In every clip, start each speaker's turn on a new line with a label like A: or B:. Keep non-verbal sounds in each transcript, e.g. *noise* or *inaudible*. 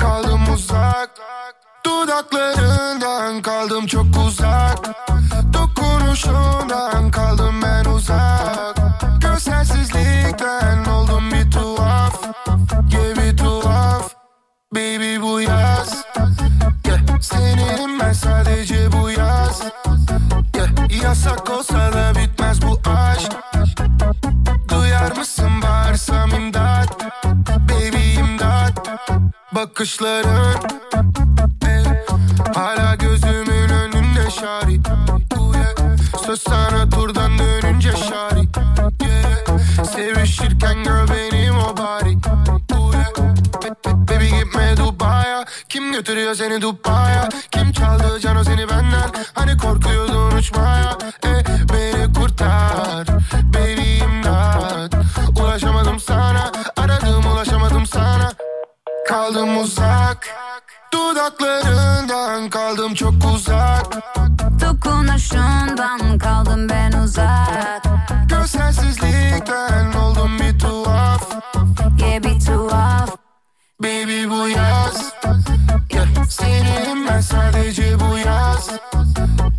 A: Kaldım uzak Dudaklarından kaldım çok uzak Dokunuşundan kaldım ben uzak Gözlersizlikten oldum bir tuhaf Yeah bir tuhaf Baby bu yaz yeah. Seninim ben sadece bu yaz yeah. Yasak olsa da bitmez bu aşk Duyar mısın bağırsam imdat Baby imdat Bakışların eh, Hala gözümün önünde şari Oh yeah. Söz sana turdan dönünce şari yeah. Sevişirken gör benim o bari Oh yeah. Be- be- Baby gitme Dubai'ye Kim götürüyor seni Dubai'ye Kim çaldı cano seni benden Hani korkuyordun uçmaya eh, Beni kurtar Baby imdat Ulaşamadım sana Aradım ulaşamadım sana Kaldım uzak Dudaklarından kaldım çok uzak
B: Dokunuşundan kaldım ben uzak
A: Gözsensizlikten oldum bir tuhaf
B: Ye bir tuhaf
A: Baby bu yaz yeah. Seninim ben sadece bu yaz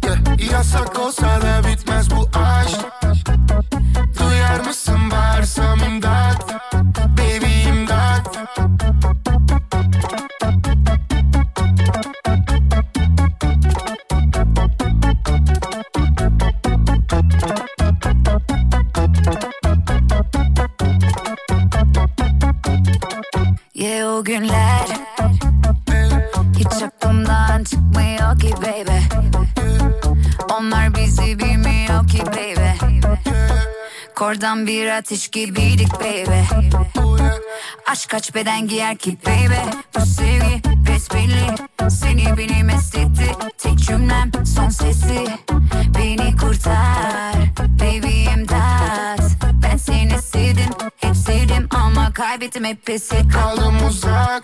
A: yeah. Yasak olsa da bitmez bu aşk Duyar mısın bağırsam imdat Baby imdat
B: Ye o günler Hiç aklımdan çıkmıyor ki baby Onlar bizi bilmiyor ki baby Kordan bir ateş gibiydik baby Aşk kaç beden giyer ki baby Bu sevgi besbelli Seni beni mest etti Tek cümlem son sesi Beni kurtar Baby imdat Ben seni sevdim Hep sevdim ama kaybettim hep pes ettim.
A: kaldım uzak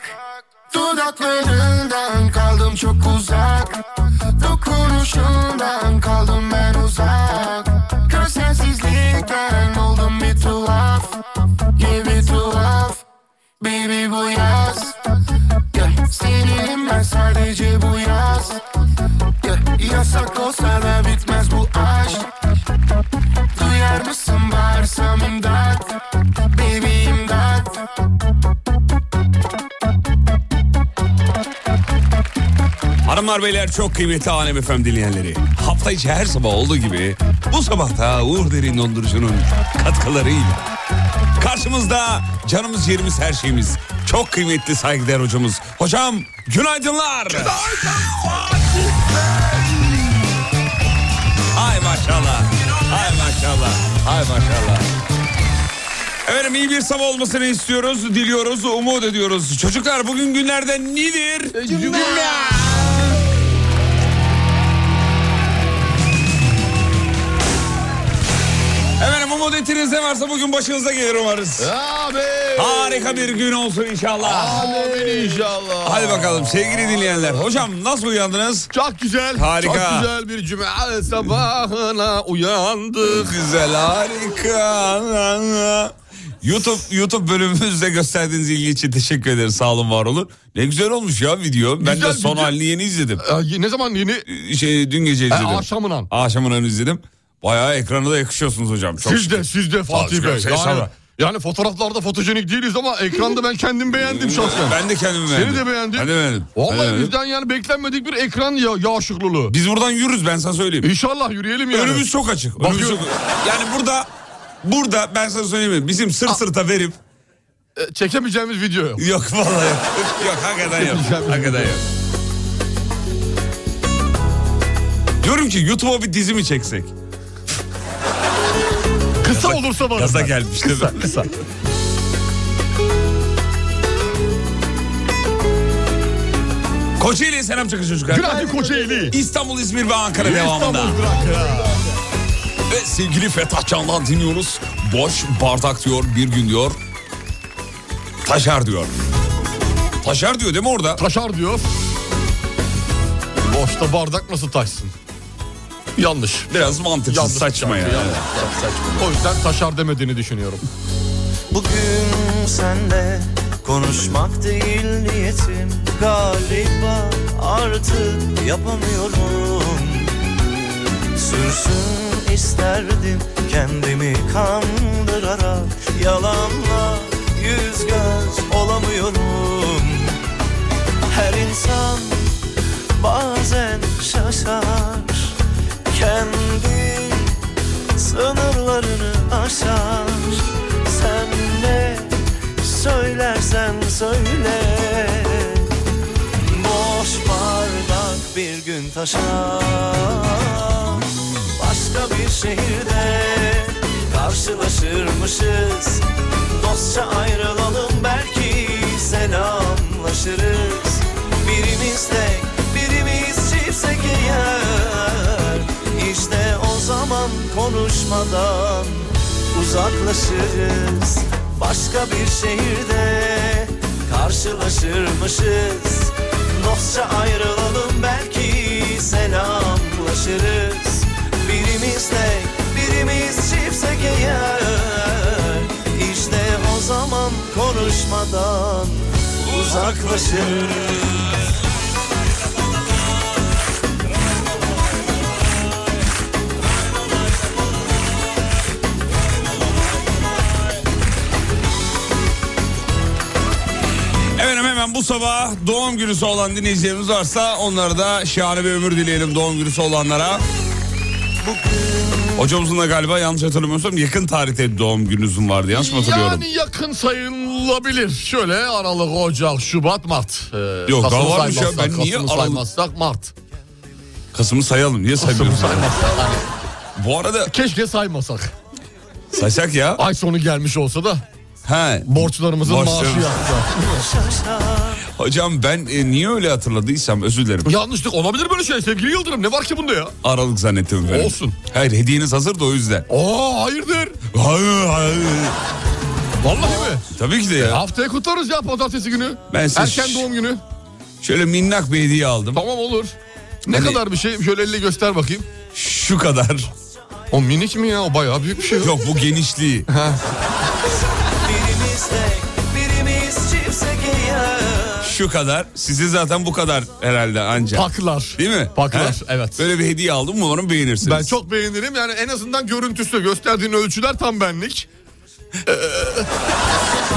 A: Dudaklarından kaldım çok uzak Dokunuşundan kaldım ben uzak Gözsensizlikten oldum bir tuhaf Yeah bir tuhaf Baby bu yaz yeah. Seninim ben sadece bu yaz yeah. Yasak olsa da bitmez bu aşk Duyar mısın bağırsam imdat Baby imdat
C: Hanımlar beyler çok kıymetli Alem FM dinleyenleri. Hafta içi her sabah olduğu gibi bu sabah da Uğur Derin Dondurucu'nun katkılarıyla. Karşımızda canımız yerimiz her şeyimiz. Çok kıymetli saygıdeğer hocamız. Hocam günaydınlar. Ay maşallah. Ay maşallah. Ay maşallah. Efendim iyi bir sabah olmasını istiyoruz, diliyoruz, umut ediyoruz. Çocuklar bugün günlerden nedir? Efendim umut etiniz ne varsa bugün başınıza gelir umarız.
D: Abi.
C: Harika bir gün olsun inşallah.
D: Amin inşallah.
C: Hadi bakalım sevgili dinleyenler. Hocam nasıl uyandınız?
D: Çok güzel.
C: Harika.
D: Çok güzel bir cuma sabahına uyandık.
C: Güzel harika. YouTube YouTube bölümümüzde gösterdiğiniz ilgi için teşekkür ederiz. Sağ olun var olun. Ne güzel olmuş ya video. Ben
D: Güzel
C: de son
D: video.
C: halini yeni izledim.
D: Ee, ne zaman yeni? E,
C: Şey dün gece izledim.
D: Ha, akşamından.
C: Akşamından izledim. Bayağı ekrana da yakışıyorsunuz hocam. Çok
D: Siz de siz de Fatih
C: Çok
D: Bey.
C: güzel.
D: Yani,
C: Estağfurullah.
D: yani fotoğraflarda fotojenik değiliz ama ekranda ben kendim beğendim şahsen.
C: Hmm, Ben de kendimi beğendim.
D: Seni de beğendim.
C: Ben de beğendim. Ben de
D: Vallahi
C: beğendim.
D: bizden yani beklenmedik bir ekran ya yağışıklılığı.
C: Biz buradan yürürüz ben sana söyleyeyim.
D: İnşallah yürüyelim yani.
C: Önümüz çok açık. Önümüz
D: Bakıyorum.
C: çok- Yani burada burada ben sana söyleyeyim mi? Bizim sırt sırta verip
D: Ee, çekemeyeceğimiz video yok.
C: yok vallahi yok. yok hakikaten
D: *laughs*
C: yok. hakikaten yok. Diyorum ki YouTube'a bir dizi mi çeksek?
D: Kısa olursa var.
C: Gaza gelmiş değil mi?
D: Kısa.
C: Kocaeli'ye selam çakın çocuklar.
D: Günaydın Kocaeli.
C: İstanbul, İzmir ve Ankara devamında.
D: İstanbul Trakya.
C: Ve sevgili Fetah Can'dan dinliyoruz. Boş bardak diyor bir gün diyor. Taşar diyor. Taşar diyor değil mi orada?
D: Taşar diyor. Boşta bardak nasıl taşsın? Yanlış.
C: Biraz mantıksız
D: Yanlış
C: saçma ya.
D: şarkı, yanlış şarkı, saçma. O yüzden taşar demediğini düşünüyorum.
E: Bugün senle konuşmak değil niyetim Galiba artık yapamıyorum Sürsün isterdim kendimi kandırarak Yalanla yüz göz olamıyorum Her insan bazen şaşar Kendi sınırlarını aşar Sen ne söylersen söyle Boş bardak bir gün taşar Başka bir şehirde karşılaşırmışız Dostça ayrılalım belki selamlaşırız Birimiz tek birimiz çiftsek eğer İşte o zaman konuşmadan uzaklaşırız Başka bir şehirde karşılaşırmışız Dostça ayrılalım belki selamlaşırız Birimiz tek birimiz çiftsek eğer İşte o zaman konuşmadan uzaklaşırız
C: Efendim hemen bu sabah doğum günüsü olan dinleyicilerimiz varsa onlara da şahane bir ömür dileyelim doğum günüsü olanlara. Hocamızın da galiba yanlış hatırlamıyorsam yakın tarihte doğum gününüzün vardı yanlış mı hatırlıyorum?
D: Yani yakın sayılabilir. Şöyle Aralık, Ocak, Şubat, Mart. Ee,
C: Yok, daha
D: Kasım'ı
C: varmış ya.
D: saymazsak,
C: Ben niye
D: Kasım'ı
C: Aralık-
D: saymazsak Mart.
C: Kasım'ı sayalım niye saymıyoruz? Bu arada
D: Keşke saymasak.
C: saysak ya.
D: Ay sonu gelmiş olsa da
C: He.
D: borçlarımızın
C: Borçlarımız-
D: maaşı yapsa.
C: Hocam ben e, niye öyle hatırladıysam özür dilerim.
D: Yanlışlık olabilir böyle şey sevgili Yıldırım. Ne var ki bunda ya?
C: Aralık zannettim efendim.
D: Olsun.
C: Hayır hediyeniz hazır da o yüzden.
D: Aa hayırdır?
C: Hayır, hayır.
D: Vallahi mi?
C: Tabii ki de ya.
D: Haftaya kutlarız ya pazartesi günü.
C: Ben size-
D: Erken doğum günü.
C: Şöyle minnak bir hediye aldım.
D: Tamam olur. Ne
C: Hani-
D: kadar bir şey? Şöyle elle göster bakayım.
C: Şu kadar.
D: O minik mi ya? O bayağı büyük bir şey.
C: Yok bu genişliği.
E: Birimiz tek, birimiz çiftsek eğer
C: Şu kadar. Sizi zaten bu kadar herhalde anca.
D: Paklar.
C: Değil mi?
D: Paklar,
C: He?
D: evet.
C: Böyle bir hediye aldım umarım beğenirsiniz.
D: Ben çok beğenirim. Yani en azından görüntüsü gösterdiğin ölçüler tam benlik. Ee,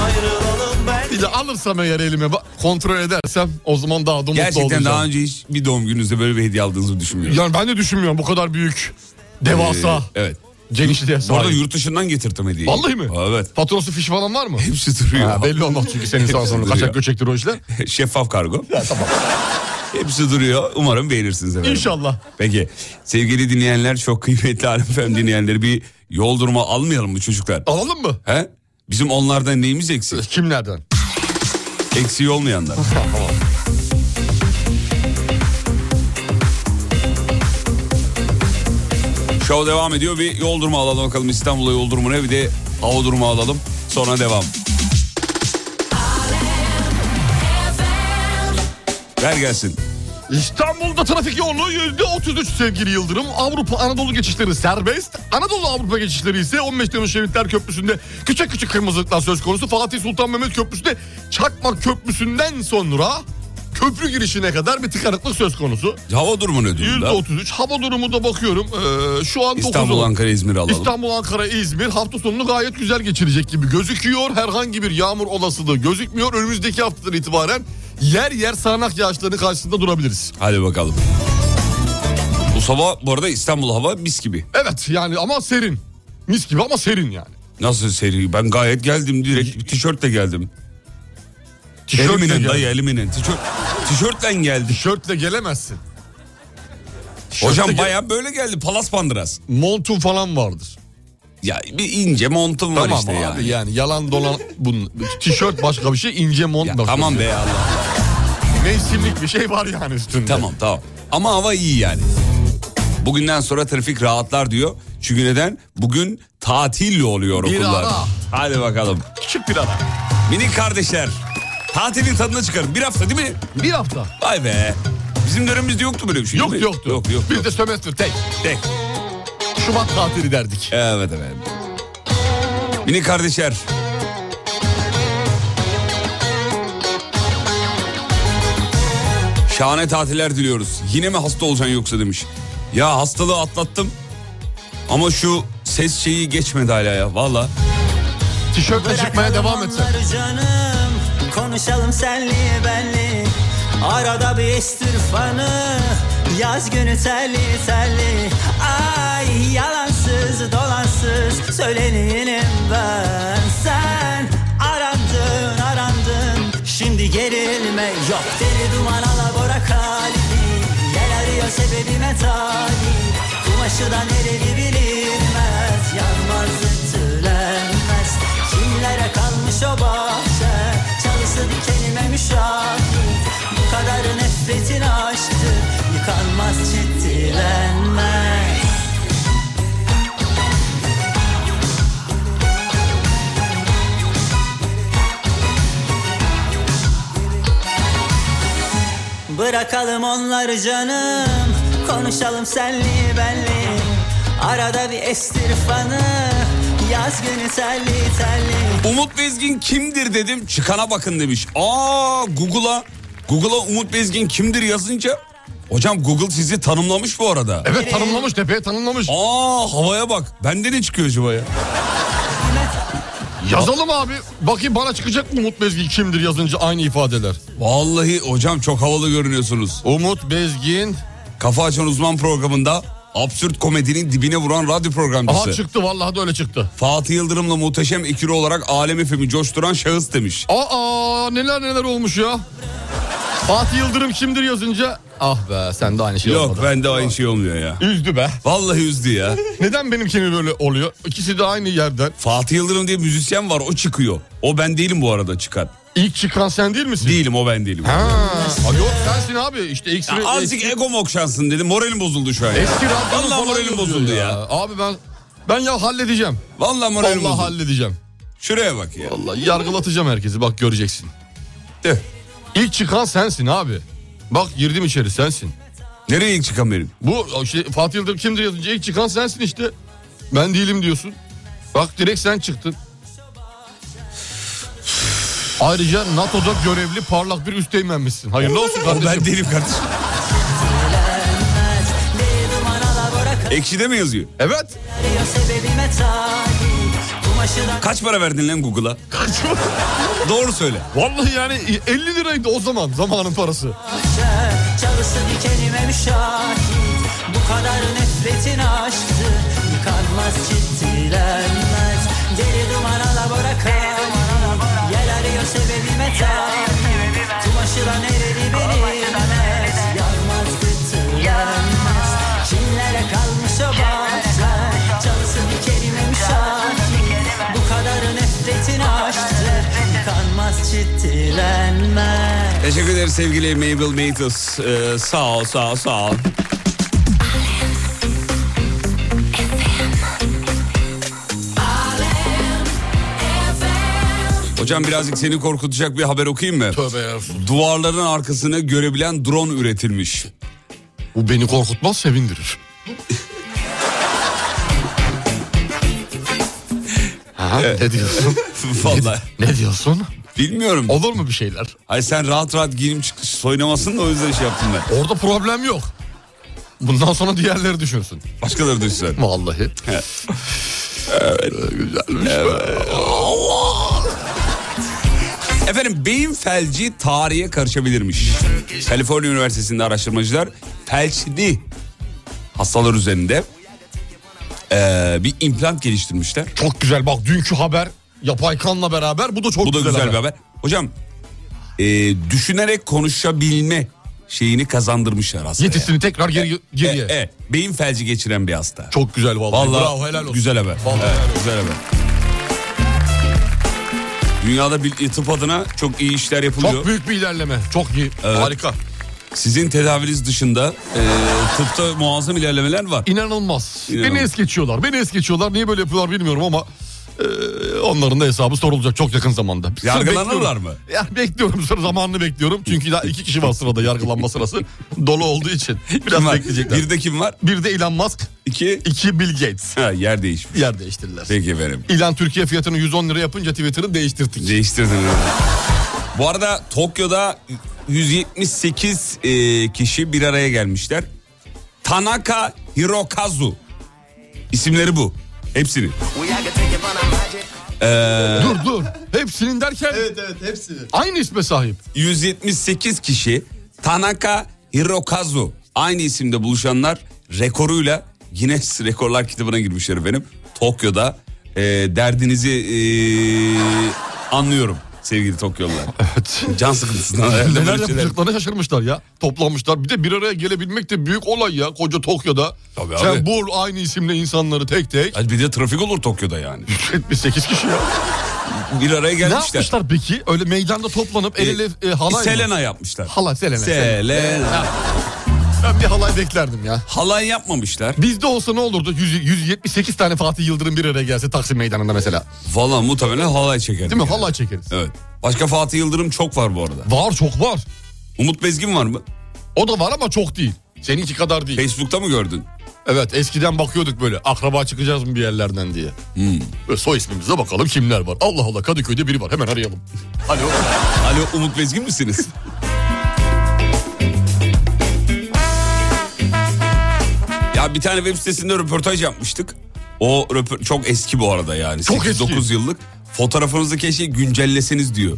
E: ayrılalım
D: *laughs*
E: belki
D: Bir de alırsam eğer elime ba- kontrol edersem o zaman daha da mutlu
C: Gerçekten
D: olacağım.
C: daha önce hiç bir doğum gününüzde böyle bir hediye aldığınızı düşünmüyorum.
D: Yani ben de düşünmüyorum bu kadar büyük, devasa,
C: Ee, evet.
D: genişliğe
C: Bu arada
D: sahip.
C: yurt dışından getirdim hediyeyi.
D: Vallahi mi?
C: Evet.
D: Faturası fiş falan var mı?
C: Hepsi duruyor.
D: Ha, belli olmaz çünkü senin sağ sonra
C: duruyor.
D: kaçak göçektir o işler.
C: *laughs* Şeffaf kargo. Hepsi duruyor. Umarım beğenirsiniz efendim.
D: İnşallah.
C: Peki sevgili dinleyenler çok kıymetli Alem Efem dinleyenleri bir yol durma almayalım mı çocuklar?
D: Alalım mı? Ee,
C: He? Bizim onlardan neyimiz eksik?
D: Kimlerden?
C: Eksiği
D: *laughs*
C: olmayanlar. Şov devam ediyor. Bir yol durumu alalım bakalım. İstanbul'a yol durumuna bir de hava durumu alalım. Sonra devam. Ver gelsin.
D: İstanbul'da trafik yoğunluğu yüzde 33 sevgili Yıldırım. Avrupa Anadolu geçişleri serbest. Anadolu Avrupa geçişleri ise 15 Temmuz Şehitler Köprüsü'nde küçük küçük kırmızılıklar söz konusu. Fatih Sultan Mehmet Köprüsü'nde Çakmak Köprüsü'nden sonra köprü girişine kadar bir tıkanıklık söz konusu.
C: Hava durumu ne
D: Yüzde
C: durumda?
D: 33. Hava durumu da bakıyorum. ee, şu an 9
C: İstanbul,
D: olan-
C: Ankara, İzmir alalım.
D: İstanbul, Ankara, İzmir hafta sonunu gayet güzel geçirecek gibi gözüküyor. Herhangi bir yağmur olasılığı gözükmüyor. Önümüzdeki haftadan itibaren yer yer sağanak yağışların karşısında durabiliriz.
C: Hadi bakalım. Bu sabah bu arada İstanbul hava mis gibi.
D: Evet yani ama serin. Mis gibi ama serin yani.
C: Nasıl seri? Ben gayet geldim direkt tişörtle geldim.
D: Tişörtle,
C: eliminen
D: gel-
C: dayı eliminen. Tişört, tişörtle geldim.
D: tişörtle gelemezsin. Tişörtle
C: Hocam
D: gel-
C: baya böyle geldi. Palas pandıras.
D: Montun falan vardır.
C: Ya bir ince montum var
D: tamam
C: işte
D: abi
C: yani.
D: yani. yalan dolan bunun tişört başka bir şey ince mont
C: Ya
D: başka
C: tamam
D: bir
C: be
D: şey.
C: ya Allah.
D: mevsimlik bir şey var yani üstünde.
C: Tamam tamam. Ama hava iyi yani. Bugünden sonra trafik rahatlar diyor. Çünkü neden? Bugün tatil oluyor
D: Bir
C: okullar.
D: ara.
C: Hadi bakalım.
D: Küçük bir ara.
C: Minik kardeşler. Tatilin tadına çıkarın. Bir hafta değil mi?
D: Bir hafta.
C: Vay be. Bizim dönemimizde yoktu böyle bir şey.
D: Yok
C: değil mi?
D: yoktu.
C: Yok yok.
D: Biz
C: yok.
D: de sömestr tek.
C: Tek.
D: Şubat tatili derdik.
C: Evet efendim. Minik kardeşler. Şahane tatiller diliyoruz. Yine mi hasta olacaksın yoksa demiş. Ya hastalığı atlattım. Ama şu ses şeyi geçmedi hala ya. Valla.
D: Tişörtle çıkmaya
F: Bırakalım
D: devam etsen.
F: onları canım Konuşalım senli benli Arada bir estir fanı Yaz günü telli telli Ay yalansız dolansız Söyleneyim ben Sen arandın arandın Şimdi gerilme yok Deli duman alabora kalbim Yel arıyor sebebime talip Kumaşı da nereli bilinmez Yanmaz ütülenmez Kimlere kalmış o bahçe Çalısı dikenime müşahit Bu kadar nefretin aştı Yıkanmaz ciddilenmez Bırakalım onları canım Konuşalım senli benli Arada bir estir fanı Yaz günü telli telli
C: Umut Bezgin kimdir dedim. Çıkana bakın demiş. Aa Google'a Google'a Umut Bezgin kimdir yazınca hocam Google sizi tanımlamış bu arada.
D: Evet tanımlamış tepeye tanımlamış.
C: Aa havaya bak. Bende ne çıkıyor acaba ya?
D: Yazalım abi. Bakayım bana çıkacak mı Umut Bezgin kimdir yazınca aynı ifadeler.
C: Vallahi hocam çok havalı görünüyorsunuz.
D: Umut Bezgin.
C: Kafa Açan Uzman programında absürt komedinin dibine vuran radyo
D: Aha
C: programcısı.
D: çıktı vallahi de öyle çıktı.
C: Fatih Yıldırım'la muhteşem ikili olarak alem efemi coşturan şahıs demiş.
D: Aa neler neler olmuş ya. Fatih Yıldırım kimdir yazınca ah be sen de aynı şey
C: Yok
D: olmadı.
C: bende aynı şey olmuyor ya.
D: Üzdü be.
C: Vallahi üzdü
D: *laughs*
C: ya.
D: Neden benimkini böyle oluyor? İkisi de aynı yerden.
C: Fatih Yıldırım diye müzisyen var o çıkıyor. O ben değilim bu arada çıkan.
D: İlk çıkan sen değil misin?
C: Değilim o ben değilim.
D: Ha. Aa, yok sensin abi. İşte
C: Ya
D: ekstra,
C: azıcık egom okşansın dedim. Moralim bozuldu şu an. ya.
D: Eski radyonun
C: Vallahi
D: falan
C: moralim
D: yazıyor
C: bozuldu ya.
D: Abi ben ben ya halledeceğim.
C: Vallahi moralim
D: Vallahi
C: bozuldu.
D: halledeceğim.
C: Şuraya bak ya.
D: Vallahi yargılatacağım herkesi bak göreceksin.
C: De.
D: İlk çıkan sensin abi. Bak girdim içeri sensin.
C: Nereye ilk çıkan benim?
D: Bu işte Fatih Yıldırım kimdir yazınca ilk çıkan sensin işte. Ben değilim diyorsun. Bak direkt sen çıktın. Ayrıca NATO'da görevli parlak bir üsteğmenmişsin. Hayırlı olsun
C: O
D: kardeşim.
C: *laughs* ben değilim kardeşim.
F: Deli duman alabora
C: Ekşi'de mi yazıyor?
D: Evet.
F: kalıyor Sebebime talip Kumaşı da
C: Kaç para verdin lan Google'a? Doğru söyle.
D: Vallahi yani 50 liraydı o zaman zamanın parası.
F: Aşık, Çalısı dikenime müşahit Bu kadar nefretin aşktı Yıkanmaz ciddilenmez Deli duman alabora kalan Yel arıyor sebebime tabi Kumaşıla nereli bilinmez Yanmaz gıtılenmez Kimlere kalmış o bahçeler Çalısı dikenime müşahit Bu kadar nefretin aşktı Yıkanmaz ciddilenmez
C: Teşekkür ederiz sevgili Mabel Matus. Ee, sağ ol, sağ ol, sağ ol. Hocam birazcık seni korkutacak bir haber okuyayım mı?
D: Tövbe yarabbim.
C: Duvarların arkasını görebilen drone üretilmiş.
D: Bu beni korkutmaz sevindirir. ha, ne diyorsun?
C: *laughs* Vallahi
D: ne diyorsun?
C: bilmiyorum.
D: Olur mu bir şeyler?
C: Ay sen rahat rahat giyim çıkış soynamasın da o yüzden şey yaptım ben.
D: Orada problem yok. Bundan sonra diğerleri düşünsün.
C: Başkaları düşünsün.
D: Vallahi.
C: Efendim beyin felci tarihe karışabilirmiş. Kaliforniya Üniversitesi'nde araştırmacılar felçli hastalar üzerinde eee, bir implant geliştirmişler.
D: Çok güzel bak dünkü haber yapay kanla beraber bu da çok
C: Bu da
D: güzel,
C: güzel, bir haber. Hocam eee, düşünerek konuşabilme şeyini kazandırmışlar hastaya.
D: Yetisini tekrar geri,
C: E,
D: geriye.
C: e, beyin felci geçiren bir hasta.
D: Çok güzel vallahi.
C: Vallahi
D: Bravo helal olsun.
C: Güzel haber.
D: Vallahi
C: Evet,
D: helal olsun.
C: güzel haber. Dünyada bir tıp adına çok iyi işler yapılıyor.
D: Çok büyük bir ilerleme. Çok iyi.
C: Evet.
D: Harika.
C: Sizin tedaviniz dışında e, tıpta muazzam ilerlemeler var.
D: İnanılmaz.
C: İnanılmaz.
D: Beni es geçiyorlar. Beni es geçiyorlar. Niye böyle yapıyorlar bilmiyorum ama e, onların da hesabı sorulacak çok yakın zamanda. Sırf
C: Yargılanırlar
D: bekliyorum.
C: mı?
D: Ya bekliyorum. *laughs* Sıra zamanını bekliyorum. Çünkü *laughs* daha iki kişi var sırada yargılanma sırası. Dolu olduğu için. Biraz
C: Kim var?
D: bekleyecekler. Bir,
C: Bir de kim var?
D: de Elon Musk,
C: İki.
D: iki Bill Gates.
C: Ha, yer değişmiş.
D: Yer değiştirdiler.
C: Peki efendim.
D: İlan Türkiye fiyatını 110 lira yapınca Twitter'ı değiştirdik.
C: Değiştirdin. evet. Bu arada Tokyo'da 178 e, kişi bir araya gelmişler. Tanaka Hirokazu. İsimleri bu. Hepsini. Ee,
D: Dur dur. Hepsinin derken
G: Evet evet hepsini.
D: aynı isme sahip.
C: 178 kişi Tanaka Hirokazu aynı isimde buluşanlar rekoruyla Guinness *laughs* Rekorlar kitabına girmişler efendim. Tokyo'da e, derdinizi e, anlıyorum sevgili Tokyalılar.
D: *laughs* Evet.
C: Can sıkıntısından herhalde
D: Neler
C: böyle şeyler.
D: yapacaklarını şaşırmışlar ya. Toplanmışlar. Bir de bir araya gelebilmek de büyük olay ya. Koca Tokyo'da.
C: Tabii
D: Sen
C: abi.
D: bul aynı isimle insanları tek tek.
C: Ay Bir de trafik olur Tokyo'da yani.
D: 78 kişi ya.
C: Bir araya
D: ne
C: gelmişler.
D: yapmışlar peki? Öyle meydanda toplanıp el ele e, halay mı?
C: Selena yapmışlar.
D: Halay Selena. Selena.
C: Selena.
D: Ben bir halay beklerdim ya.
C: Halay yapmamışlar.
D: Bizde olsa ne olurdu? 100, 178 tane Fatih Yıldırım bir araya gelse Taksim Meydanı'nda mesela.
C: Valla muhtemelen halay çeker.
D: Değil mi? Halay çekeriz.
C: Evet. Başka Fatih Yıldırım çok var bu arada.
D: Var çok var.
C: Umut Bezgin var mı?
D: O da var ama çok değil. Seninki kadar değil.
C: Facebook'ta mı gördün?
D: Evet eskiden bakıyorduk böyle akraba çıkacağız mı bir yerlerden diye.
C: Hmm.
D: Böyle soy ismimize bakalım kimler var. Allah Allah Kadıköy'de biri var hemen arayalım. *laughs*
C: Alo. Alo Umut Bezgin misiniz? ya bir tane web sitesinde röportaj yapmıştık. O röpor- çok eski bu arada yani.
D: Çok eski.
C: 9 yıllık. Fotoğrafınızı keşke güncelleseniz diyor.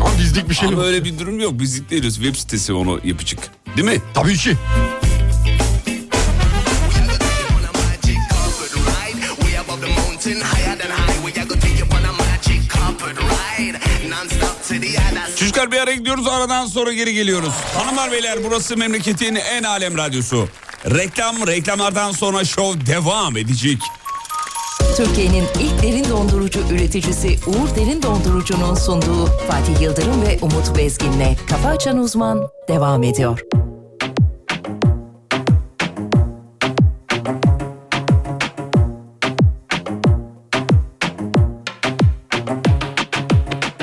D: Ama bizlik bir şey
C: Ama
D: yok.
C: öyle bir durum yok. Biz yükleriz. Web sitesi onu yapıcık. Değil mi?
D: Tabii ki.
C: Çocuklar bir ara gidiyoruz aradan sonra geri geliyoruz. Hanımlar beyler burası memleketin en alem radyosu. Reklam reklamlardan sonra şov devam edecek.
H: Türkiye'nin ilk derin dondurucu üreticisi Uğur Derin Dondurucu'nun sunduğu Fatih Yıldırım ve Umut Bezgin'le Kafa Açan Uzman devam ediyor.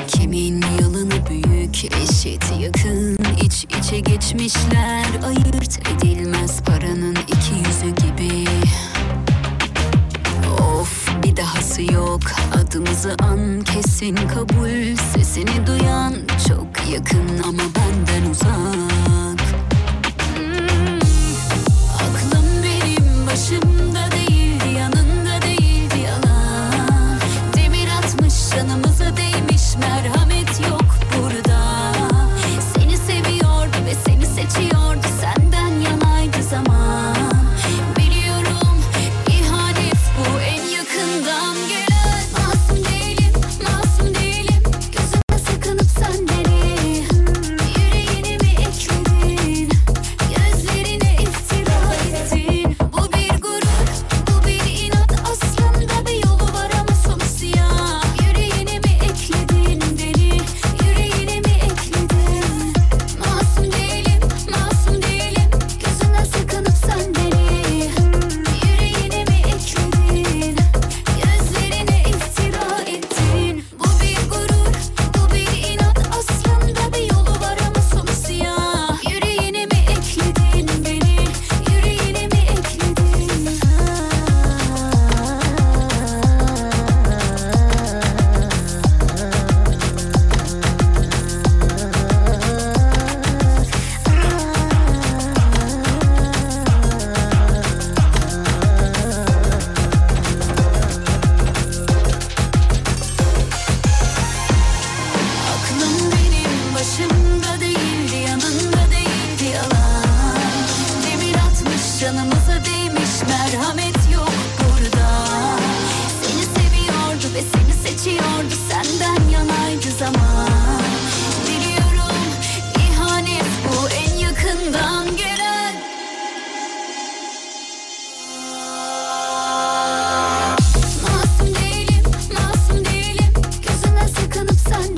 B: Kimin yalanı büyük, eşit yakın iç içe geçmişler ayırt edilmez paranın iki yüzü gibi Of bir dahası yok adımızı an kesin kabul Sesini duyan çok yakın ama benden uzak Hmm. Aklım benim başımda değildi, yanında değildi yalan. Demir atmış canımıza değmiş, merhamet yok burada. Seni seviyordu ve seni seçiyordu, senden yanaydı zaman. Biliyorum ihanet bu en yakından gelen. Masum değilim, masum değilim, gözüme sakınıp sen beni. Yüreğini mi ekledin? Gözlerine iftira ettin Bu bir gurur, bu bir inat Aslında bir yolu var ama sonu siyah Yüreğine mi ekledin deli Yüreğine mi ekledin Masum değilim, masum değilim Gözünden sakınıp sen beni Yüreğine mi ekledin Gözlerine iftira ettin Bu bir gurur, bu bir inat Aslında bir yolu var ama sonu siyah Yüreğine mi ekledin beni Yüreğine mi ekledin Aklım benim başımda değildi, yanında değildi yalan. Demir atmış canımıza değmiş, merhamet yok burada. Seni seviyordu ve seni seçiyordu, senden yanaydı zaman. Biliyorum ihanet bu en yakından gelen. Masum değilim, masum değilim Gözünden sakınıp sen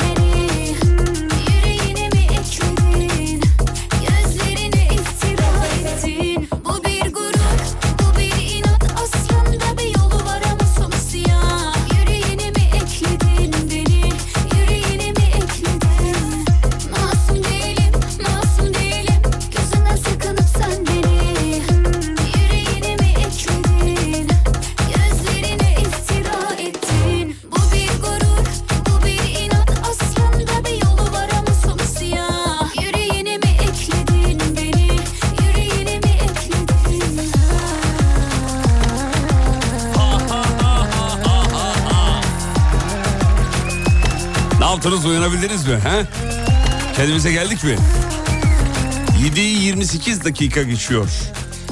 C: Altınız uyanabildiniz mi? He? Kendimize geldik mi? 7'yi 28 dakika geçiyor.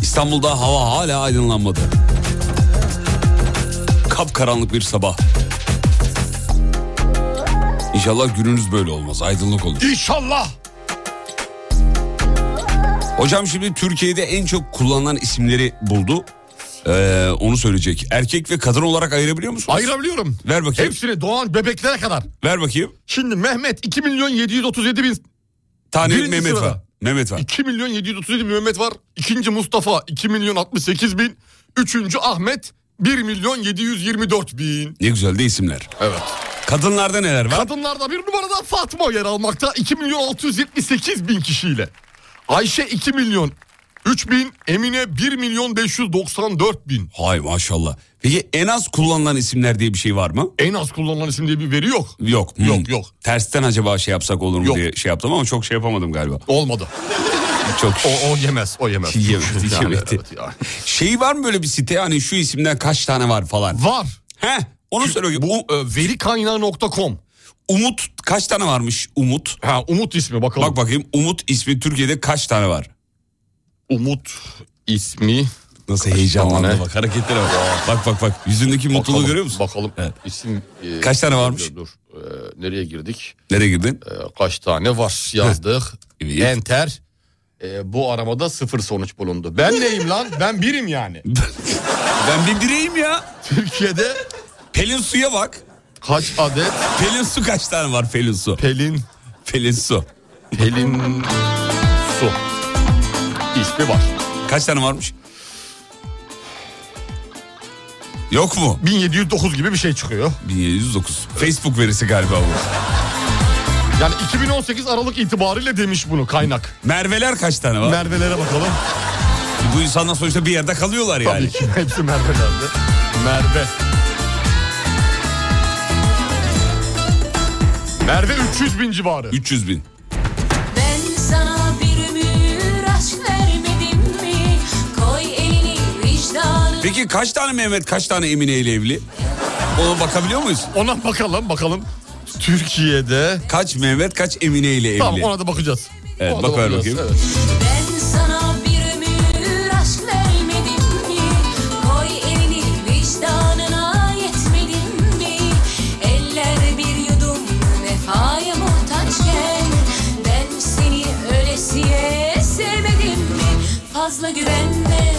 C: İstanbul'da hava hala aydınlanmadı. Kapkaranlık bir sabah. İnşallah gününüz böyle olmaz. Aydınlık olur.
D: İnşallah.
C: Hocam şimdi Türkiye'de en çok kullanılan isimleri buldu. Ee, onu söyleyecek. Erkek ve kadın olarak ayırabiliyor musunuz?
D: Ayırabiliyorum.
C: Ver bakayım.
D: Hepsini doğan bebeklere kadar.
C: Ver bakayım.
D: Şimdi Mehmet 2 milyon 737 bin.
C: Tane
D: Birinci
C: Hani Mehmet
D: sırada.
C: var. Mehmet var.
D: 2 milyon 737 bin Mehmet var. İkinci Mustafa 2 milyon 68 bin. Üçüncü Ahmet 1 milyon 724 bin.
C: Ne güzel de isimler.
D: Evet.
C: Kadınlarda neler var?
D: Kadınlarda bir numarada Fatma yer almakta 2 milyon 678 bin kişiyle. Ayşe 2 milyon 3 bin, Emine 1 milyon 594 bin.
C: Hay maşallah. Peki en az kullanılan isimler diye bir şey var mı?
D: En az kullanılan isim diye bir veri yok.
C: Yok. Hmm.
D: Yok, yok.
C: Tersten acaba şey yapsak olur mu
D: Yok.
C: diye şey yaptım ama çok şey yapamadım galiba.
D: Olmadı.
C: Çok
D: O, o yemez, o yemez.
C: *laughs* Yemedi,
D: Yani
C: yemedi.
D: evet ya.
C: Şey var mı böyle bir site hani şu isimden kaç tane var falan?
D: Var.
C: He onu söyle.
D: Bu e, verikaynağı.com.
C: Umut kaç tane varmış Umut?
D: Ha Umut ismi bakalım.
C: Bak bakayım Umut ismi Türkiye'de kaç tane var?
D: Umut ismi.
C: Nasıl
D: tane?
C: heyecanlandı bak hareketlere bak. Bak bak bak yüzündeki mutluluğu
D: Bakalım,
C: görüyor musun?
D: Bakalım.
C: Evet.
D: İsim e,
C: Kaç tane varmış?
D: Dur. e, nereye girdik?
C: Nereye girdin?
D: E, kaç tane var yazdık.
C: Evet.
D: Enter. E, bu aramada sıfır sonuç bulundu. Ben neyim lan? Ben birim yani.
C: *laughs* Ben bir bireyim ya.
D: Türkiye'de *laughs*
C: Pelin Su'ya bak.
D: kaç adet
C: Pelin Su kaç tane var Pelin Su?
D: Pelin
C: Pelin Su.
D: Pelin Su ismi var.
C: Kaç tane varmış? Yok mu?
D: 1709 gibi bir şey çıkıyor.
C: 1709. Facebook verisi galiba bu.
D: Yani 2018 Aralık itibariyle demiş bunu kaynak.
C: Merveler kaç tane var?
D: Merve'lere bakalım.
C: Bu insanlar sonuçta bir yerde kalıyorlar yani.
D: Tabii ki hepsi Merve'lerde. Merve. Merve 300 bin civarı.
C: 300 bin.
G: Ben sana bir ömür aşk vermedim mi? Koy elini vicdanına.
C: Peki kaç tane Mehmet kaç tane Emine ile evli? Ona bakabiliyor muyuz?
D: Ona bakalım bakalım. Türkiye'de.
C: Kaç Mehmet kaç Emine ile evli?
D: Tamam ona da bakacağız.
C: Evet,
D: Ona da
C: bak ver
D: bakacağız,
C: bakayım.
D: evet.
G: Ben sana bir ömür aşk vermedim mi? Koy elini vicdanına yetmedim mi? Eller bir yudum vefaya muhtaçken ben seni ölesiye sevmedim mi? Fazla güvenme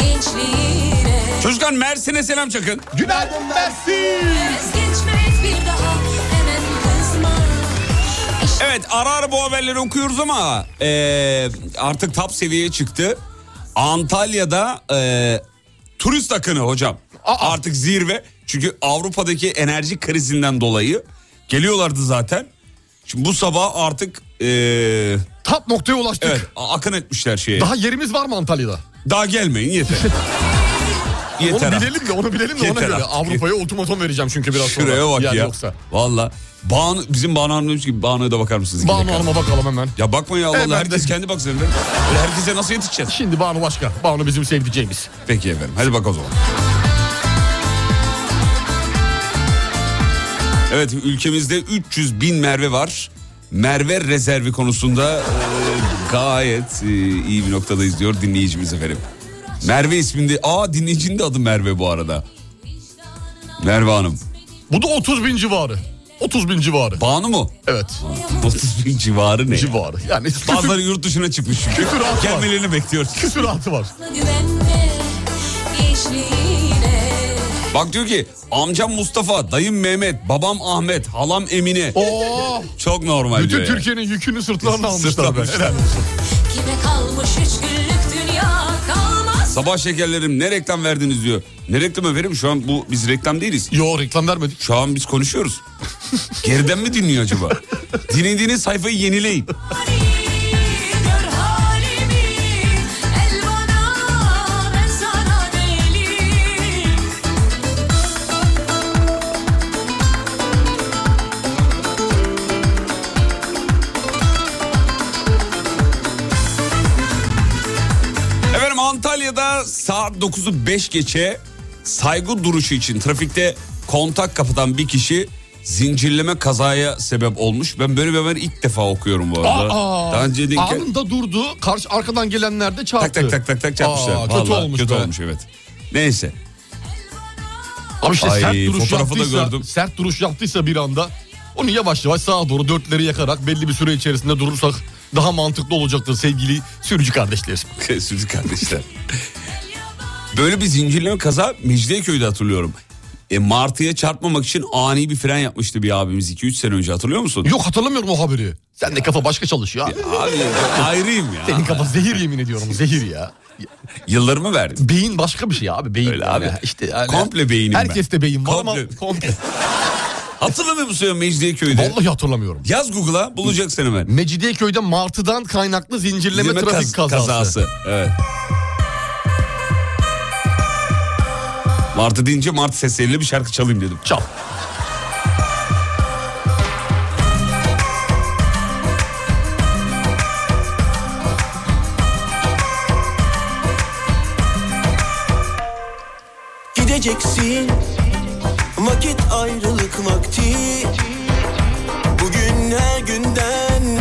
G: gençliğine.
C: Çocuklar Mersin'e selam çakın.
D: Günaydın Mersin.
G: Vazgeçmez bir daha hemen kızma. İşte
C: Evet ara ara bu haberleri okuyoruz ama e, artık top seviyeye çıktı. Antalya'da e, turist akını hocam.
D: Aa.
C: Artık zirve. Çünkü Avrupa'daki enerji krizinden dolayı geliyorlardı zaten. Şimdi bu sabah artık e,
D: Tap noktaya ulaştık.
C: evet a- akın etmişler şeye. Daha,
D: Daha yerimiz var mı Antalya'da?
C: gelmeyin
D: *laughs*
C: yeter. yeter.
D: onu
C: artık.
D: bilelim de onu bilelim de ona
C: Yeter
D: göre.
C: artık.
D: Avrupa'ya ultimatom vereceğim çünkü biraz sonra.
C: Şuraya bak
D: Yani
C: ya.
D: Yoksa.
C: Valla. Banu, bizim Banu Hanım demiş ki Banu'ya da bakar mısınız?
D: Banu Hanım'a bakalım hemen.
C: Ya bakma ya Allah
D: Hemen
C: Allah, herkes
D: de.
C: kendi baksın. Öyle Herkese nasıl yetişeceğiz?
D: Şimdi Banu başka. Banu bizim sevdiceğimiz.
C: Peki efendim. Hadi bak o zaman. Evet ülkemizde 300 bin Merve var. Merve rezervi konusunda e, gayet e, iyi bir noktadayız diyor dinleyicimiz efendim. Merve isminde, aa dinleyicinin de adı Merve bu arada. Merve Hanım.
D: Bu da 30 bin civarı. 30 bin civarı.
C: Banu mu?
D: Evet.
C: 30 bin civarı ne?
D: Civarı. Yani
C: Bazıları yurt dışına çıkmış çünkü.
D: Küfür altı var.
C: Gelmelerini bekliyoruz.
D: küsuratı var.
G: güvenme gençliğine.
C: Bak diyor ki amcam Mustafa, dayım Mehmet, babam Ahmet, halam Emine.
D: Oo.
C: Çok normal diyor.
D: Bütün
C: yani.
D: Türkiye'nin yükünü sırtlarına almışlar. be.
C: Sırtlanmışlar.
D: Helal olsun.
G: Kime kalmış üç günlük dünya kalmaz.
C: Sabah şekerlerim ne reklam verdiniz diyor. Ne reklam efendim şu an bu biz reklam değiliz.
D: Yo reklam vermedik.
C: Şu an biz konuşuyoruz. Geriden mi dinliyor
D: *laughs*
C: acaba? Dinlediğiniz sayfayı yenileyin.
G: Hani gör halimi el bana ben sana değilim.
C: Efendim Antalya'da saat 9'u 5 geçe saygı duruşu için trafikte kontak kapıdan bir kişi zincirleme kazaya sebep olmuş. Ben böyle bir haber ilk defa okuyorum bu arada.
D: Aa,
C: Daha önce denk gel-
D: anında durdu. Karşı arkadan gelenler de çarptı.
C: tak tak tak tak tak çarpmışlar.
D: Aa, kötü
C: Vallahi
D: olmuş
C: Kötü
D: be.
C: olmuş evet. Neyse.
D: Ama işte
C: Ay,
D: sert duruş
C: fotoğrafı da
D: yaptıysa,
C: gördüm.
D: sert duruş yaptıysa bir anda onu yavaş yavaş sağa doğru dörtleri yakarak belli bir süre içerisinde durursak daha mantıklı olacaktır sevgili sürücü kardeşler.
C: *laughs* Sürücü kardeşler. Böyle bir zincirleme kaza Mecidiyeköy'de hatırlıyorum. E, martıya çarpmamak için ani bir fren yapmıştı bir abimiz 2-3 sene önce hatırlıyor musun?
D: Yok hatırlamıyorum o haberi. Sen de kafa başka çalışıyor. abi.
C: Abi ben ayrıyım ya.
D: Senin kafa zehir yemin ediyorum zehir ya.
C: Yıllarımı verdim.
D: Beyin başka bir şey abi beyin.
C: Öyle abi.
D: Yani İşte yani
C: Komple beynim
D: Herkeste
C: ben.
D: beyin var ama
C: Komple.
D: *laughs* komple.
C: Hatırlamıyor musun ya Mecidiyeköy'de?
D: Vallahi hatırlamıyorum.
C: Yaz Google'a bulacaksın hemen.
D: Mecidiyeköy'de martıdan kaynaklı zincirleme
C: Zirve
D: trafik
C: kaz-
D: kazası.
C: Evet. Martı deyince Mart sesleriyle bir şarkı çalayım dedim.
D: Çal.
E: Gideceksin Vakit ayrılık vakti Bugün her günden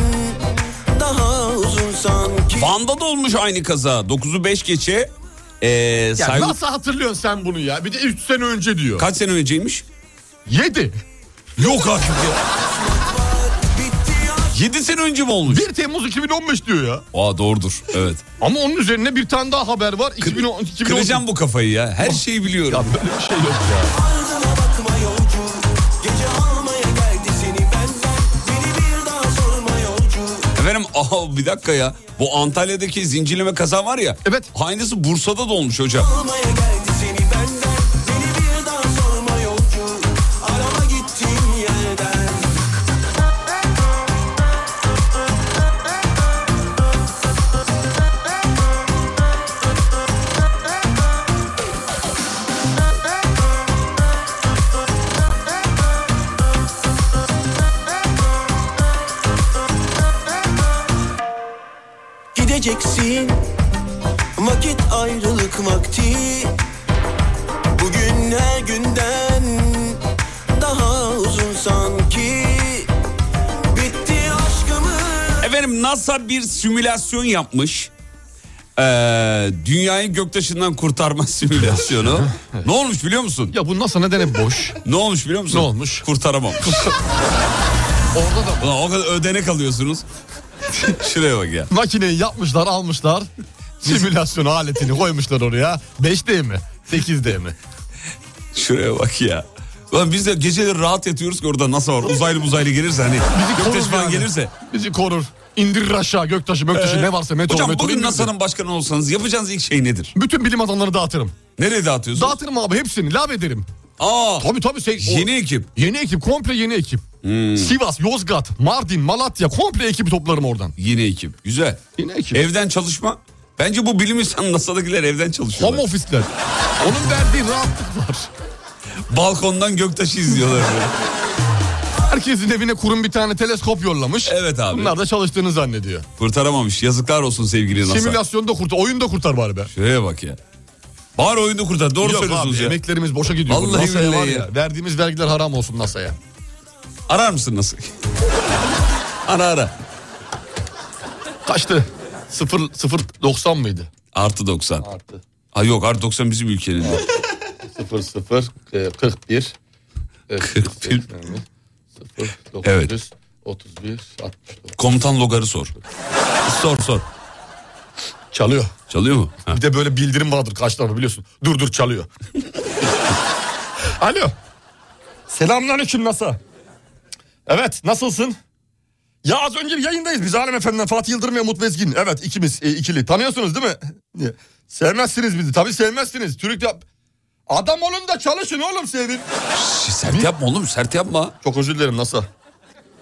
E: Daha uzun sanki
C: Van'da da olmuş aynı kaza. 9'u 5 geçe. Ee,
D: Ya
C: saygı-
D: nasıl hatırlıyorsun sen bunu ya? Bir de 3 sene önce diyor.
C: Kaç sene önceymiş?
D: 7.
C: Yok artık ya. 7 sene önce mi olmuş?
D: 1 Temmuz 2015 diyor ya.
C: Aa doğrudur. Evet.
D: Ama onun üzerine bir tane daha haber var. 2010, 2010.
C: Kıracağım bu kafayı ya. Her şeyi biliyorum.
D: Ah. Ya böyle bir şey yok ya.
E: Ardına bakma yolcu Gece almaya geldi seni benden Beni bir daha sorma yolcu
C: Efendim *laughs* aha bir dakika ya. Bu Antalya'daki zincirleme kaza var ya.
D: Evet.
C: Aynısı Bursa'da da olmuş hocam.
E: Almaya geldi seni benden Beni bir daha sorma yolcu Arama gittiğim yerden Gideceksin Vakit ayrılık vakti Bugün her günden Daha uzun sanki Bitti aşkımız
C: Efendim NASA bir simülasyon yapmış. Ee, dünyayı göktaşından kurtarma *laughs*
D: *laughs*
C: simülasyonu. ne olmuş biliyor musun?
D: Ya bu NASA neden hep boş?
C: Ne olmuş biliyor musun?
D: Ne olmuş?
C: Kurtaramam.
D: Orada da
C: Ulan o kadar ödenek
D: *laughs*
C: alıyorsunuz. Şuraya bak ya.
D: makineyi yapmışlar almışlar. Simülasyon aletini koymuşlar oraya. 5D mi? 8D mi?
C: Şuraya bak ya. Ulan biz de geceleri rahat yatıyoruz ki orada NASA var. Uzaylı uzaylı gelirse hani göktaş
D: korur
C: falan
D: yani.
C: gelirse.
D: Bizi korur. İndirir aşağı göktaşı göktaşı ne varsa
C: Ee,
D: meteor
C: Hocam
D: meteor
C: bugün
D: indirir.
C: NASA'nın başkanı olsanız yapacağınız ilk şey nedir?
D: Bütün bilim adamlarını dağıtırım.
C: Nereye dağıtıyorsunuz?
D: Dağıtırım abi hepsini lav ederim.
C: Aa,
D: Tabii tabii. Şey, o-
C: yeni ekip. Hmm.
D: Yeni ekip komple yeni ekip. Sivas, Yozgat, Mardin, Malatya komple ekibi toplarım oradan.
C: Yeni ekip. Güzel.
D: Yeni ekip.
C: Evden çalışma. Bence bu bilim insanı NASA'dakiler evden çalışıyorlar.
D: Home ofisler. Onun verdiği rahatlık var.
C: Balkondan göktaşı izliyorlar.
D: *laughs*
C: böyle.
D: Herkesin evine kurum bir tane teleskop yollamış.
C: Evet abi.
D: Bunlar da çalıştığını zannediyor.
C: Kurtaramamış. Yazıklar olsun sevgili NASA.
D: Simülasyonu da kurtar, oyun da kurtar bari be.
C: Şuraya bak ya. Bari oyunu kurtar. Doğru
D: Yok
C: söylüyorsunuz
D: abi
C: ya.
D: emeklerimiz boşa gidiyor.
C: Vallahi
D: NASA'ya var
C: billahi
D: ya,
C: ya.
D: Verdiğimiz vergiler haram olsun NASA'ya.
C: Arar mısın nasıl? *laughs* ara ara.
D: Kaçtı? 0, 0 90 mıydı?
C: Artı 90.
D: Artı.
C: Ha yok artı 90 bizim ülkenin.
D: 0 0 e, 41 e,
C: 41.
D: 0
C: Evet.
D: 31 69.
C: Komutan Logar'ı sor. sor sor.
D: Çalıyor.
C: Çalıyor mu? Ha.
D: Bir de böyle bildirim vardır kaç tane biliyorsun. Dur dur çalıyor. Alo. Selamünaleyküm NASA. Evet nasılsın? Ya az önce bir yayındayız biz Alem Efendi'den Fatih Yıldırım ve Umut Bezgin. Evet ikimiz e, ikili tanıyorsunuz değil mi? *laughs* Niye? sevmezsiniz bizi tabii sevmezsiniz. Türk yap... Adam olun da çalışın oğlum sevin.
C: Şş, Sert yapma oğlum sert yapma.
D: Çok özür dilerim NASA.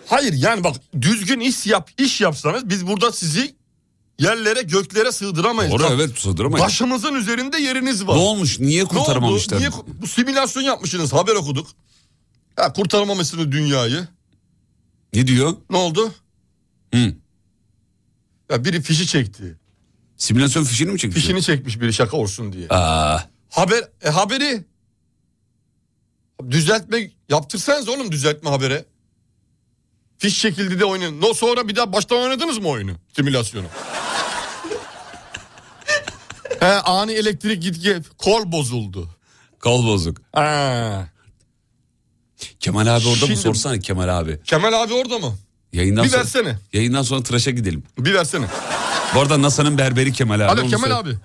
D: Hayır yani bak düzgün iş yap iş yapsanız biz burada sizi yerlere göklere sığdıramayız.
C: Orada
D: Bak,
C: evet sığdıramayız.
D: Başımızın üzerinde yeriniz var.
C: Ne olmuş? Niye
D: Ne oldu?
C: kurtaramamışlar?
D: Niye ku- bu simülasyon yapmışsınız? Haber okuduk. Ha kurtaramamışsınız dünyayı.
C: Ne diyor?
D: Ne oldu?
C: Hı.
D: Ya biri fişi çekti.
C: Simülasyon fişini mi çekmiş?
D: Fişini çekmiş biri şaka olsun diye.
C: Aa,
D: Haber e, haberi Düzeltme yaptırsanız oğlum düzeltme habere. Fiş şekilde de oynayın. No sonra bir daha baştan oynadınız mı oyunu?
C: *laughs*
D: Simülasyonu. He, ani elektrik git gel. Kol bozuldu.
C: Kol bozuk.
D: Ha.
C: Kemal abi orada mı
D: Şimdi-
C: sorsana Kemal abi.
D: Kemal abi orada mı?
C: Yayından
D: Bir
C: sonra,
D: versene.
C: Yayından sonra tıraşa gidelim.
D: Bir versene.
C: Bu arada NASA'nın berberi Kemal abi.
D: Alo
C: onu
D: Kemal
C: söyle-
D: abi.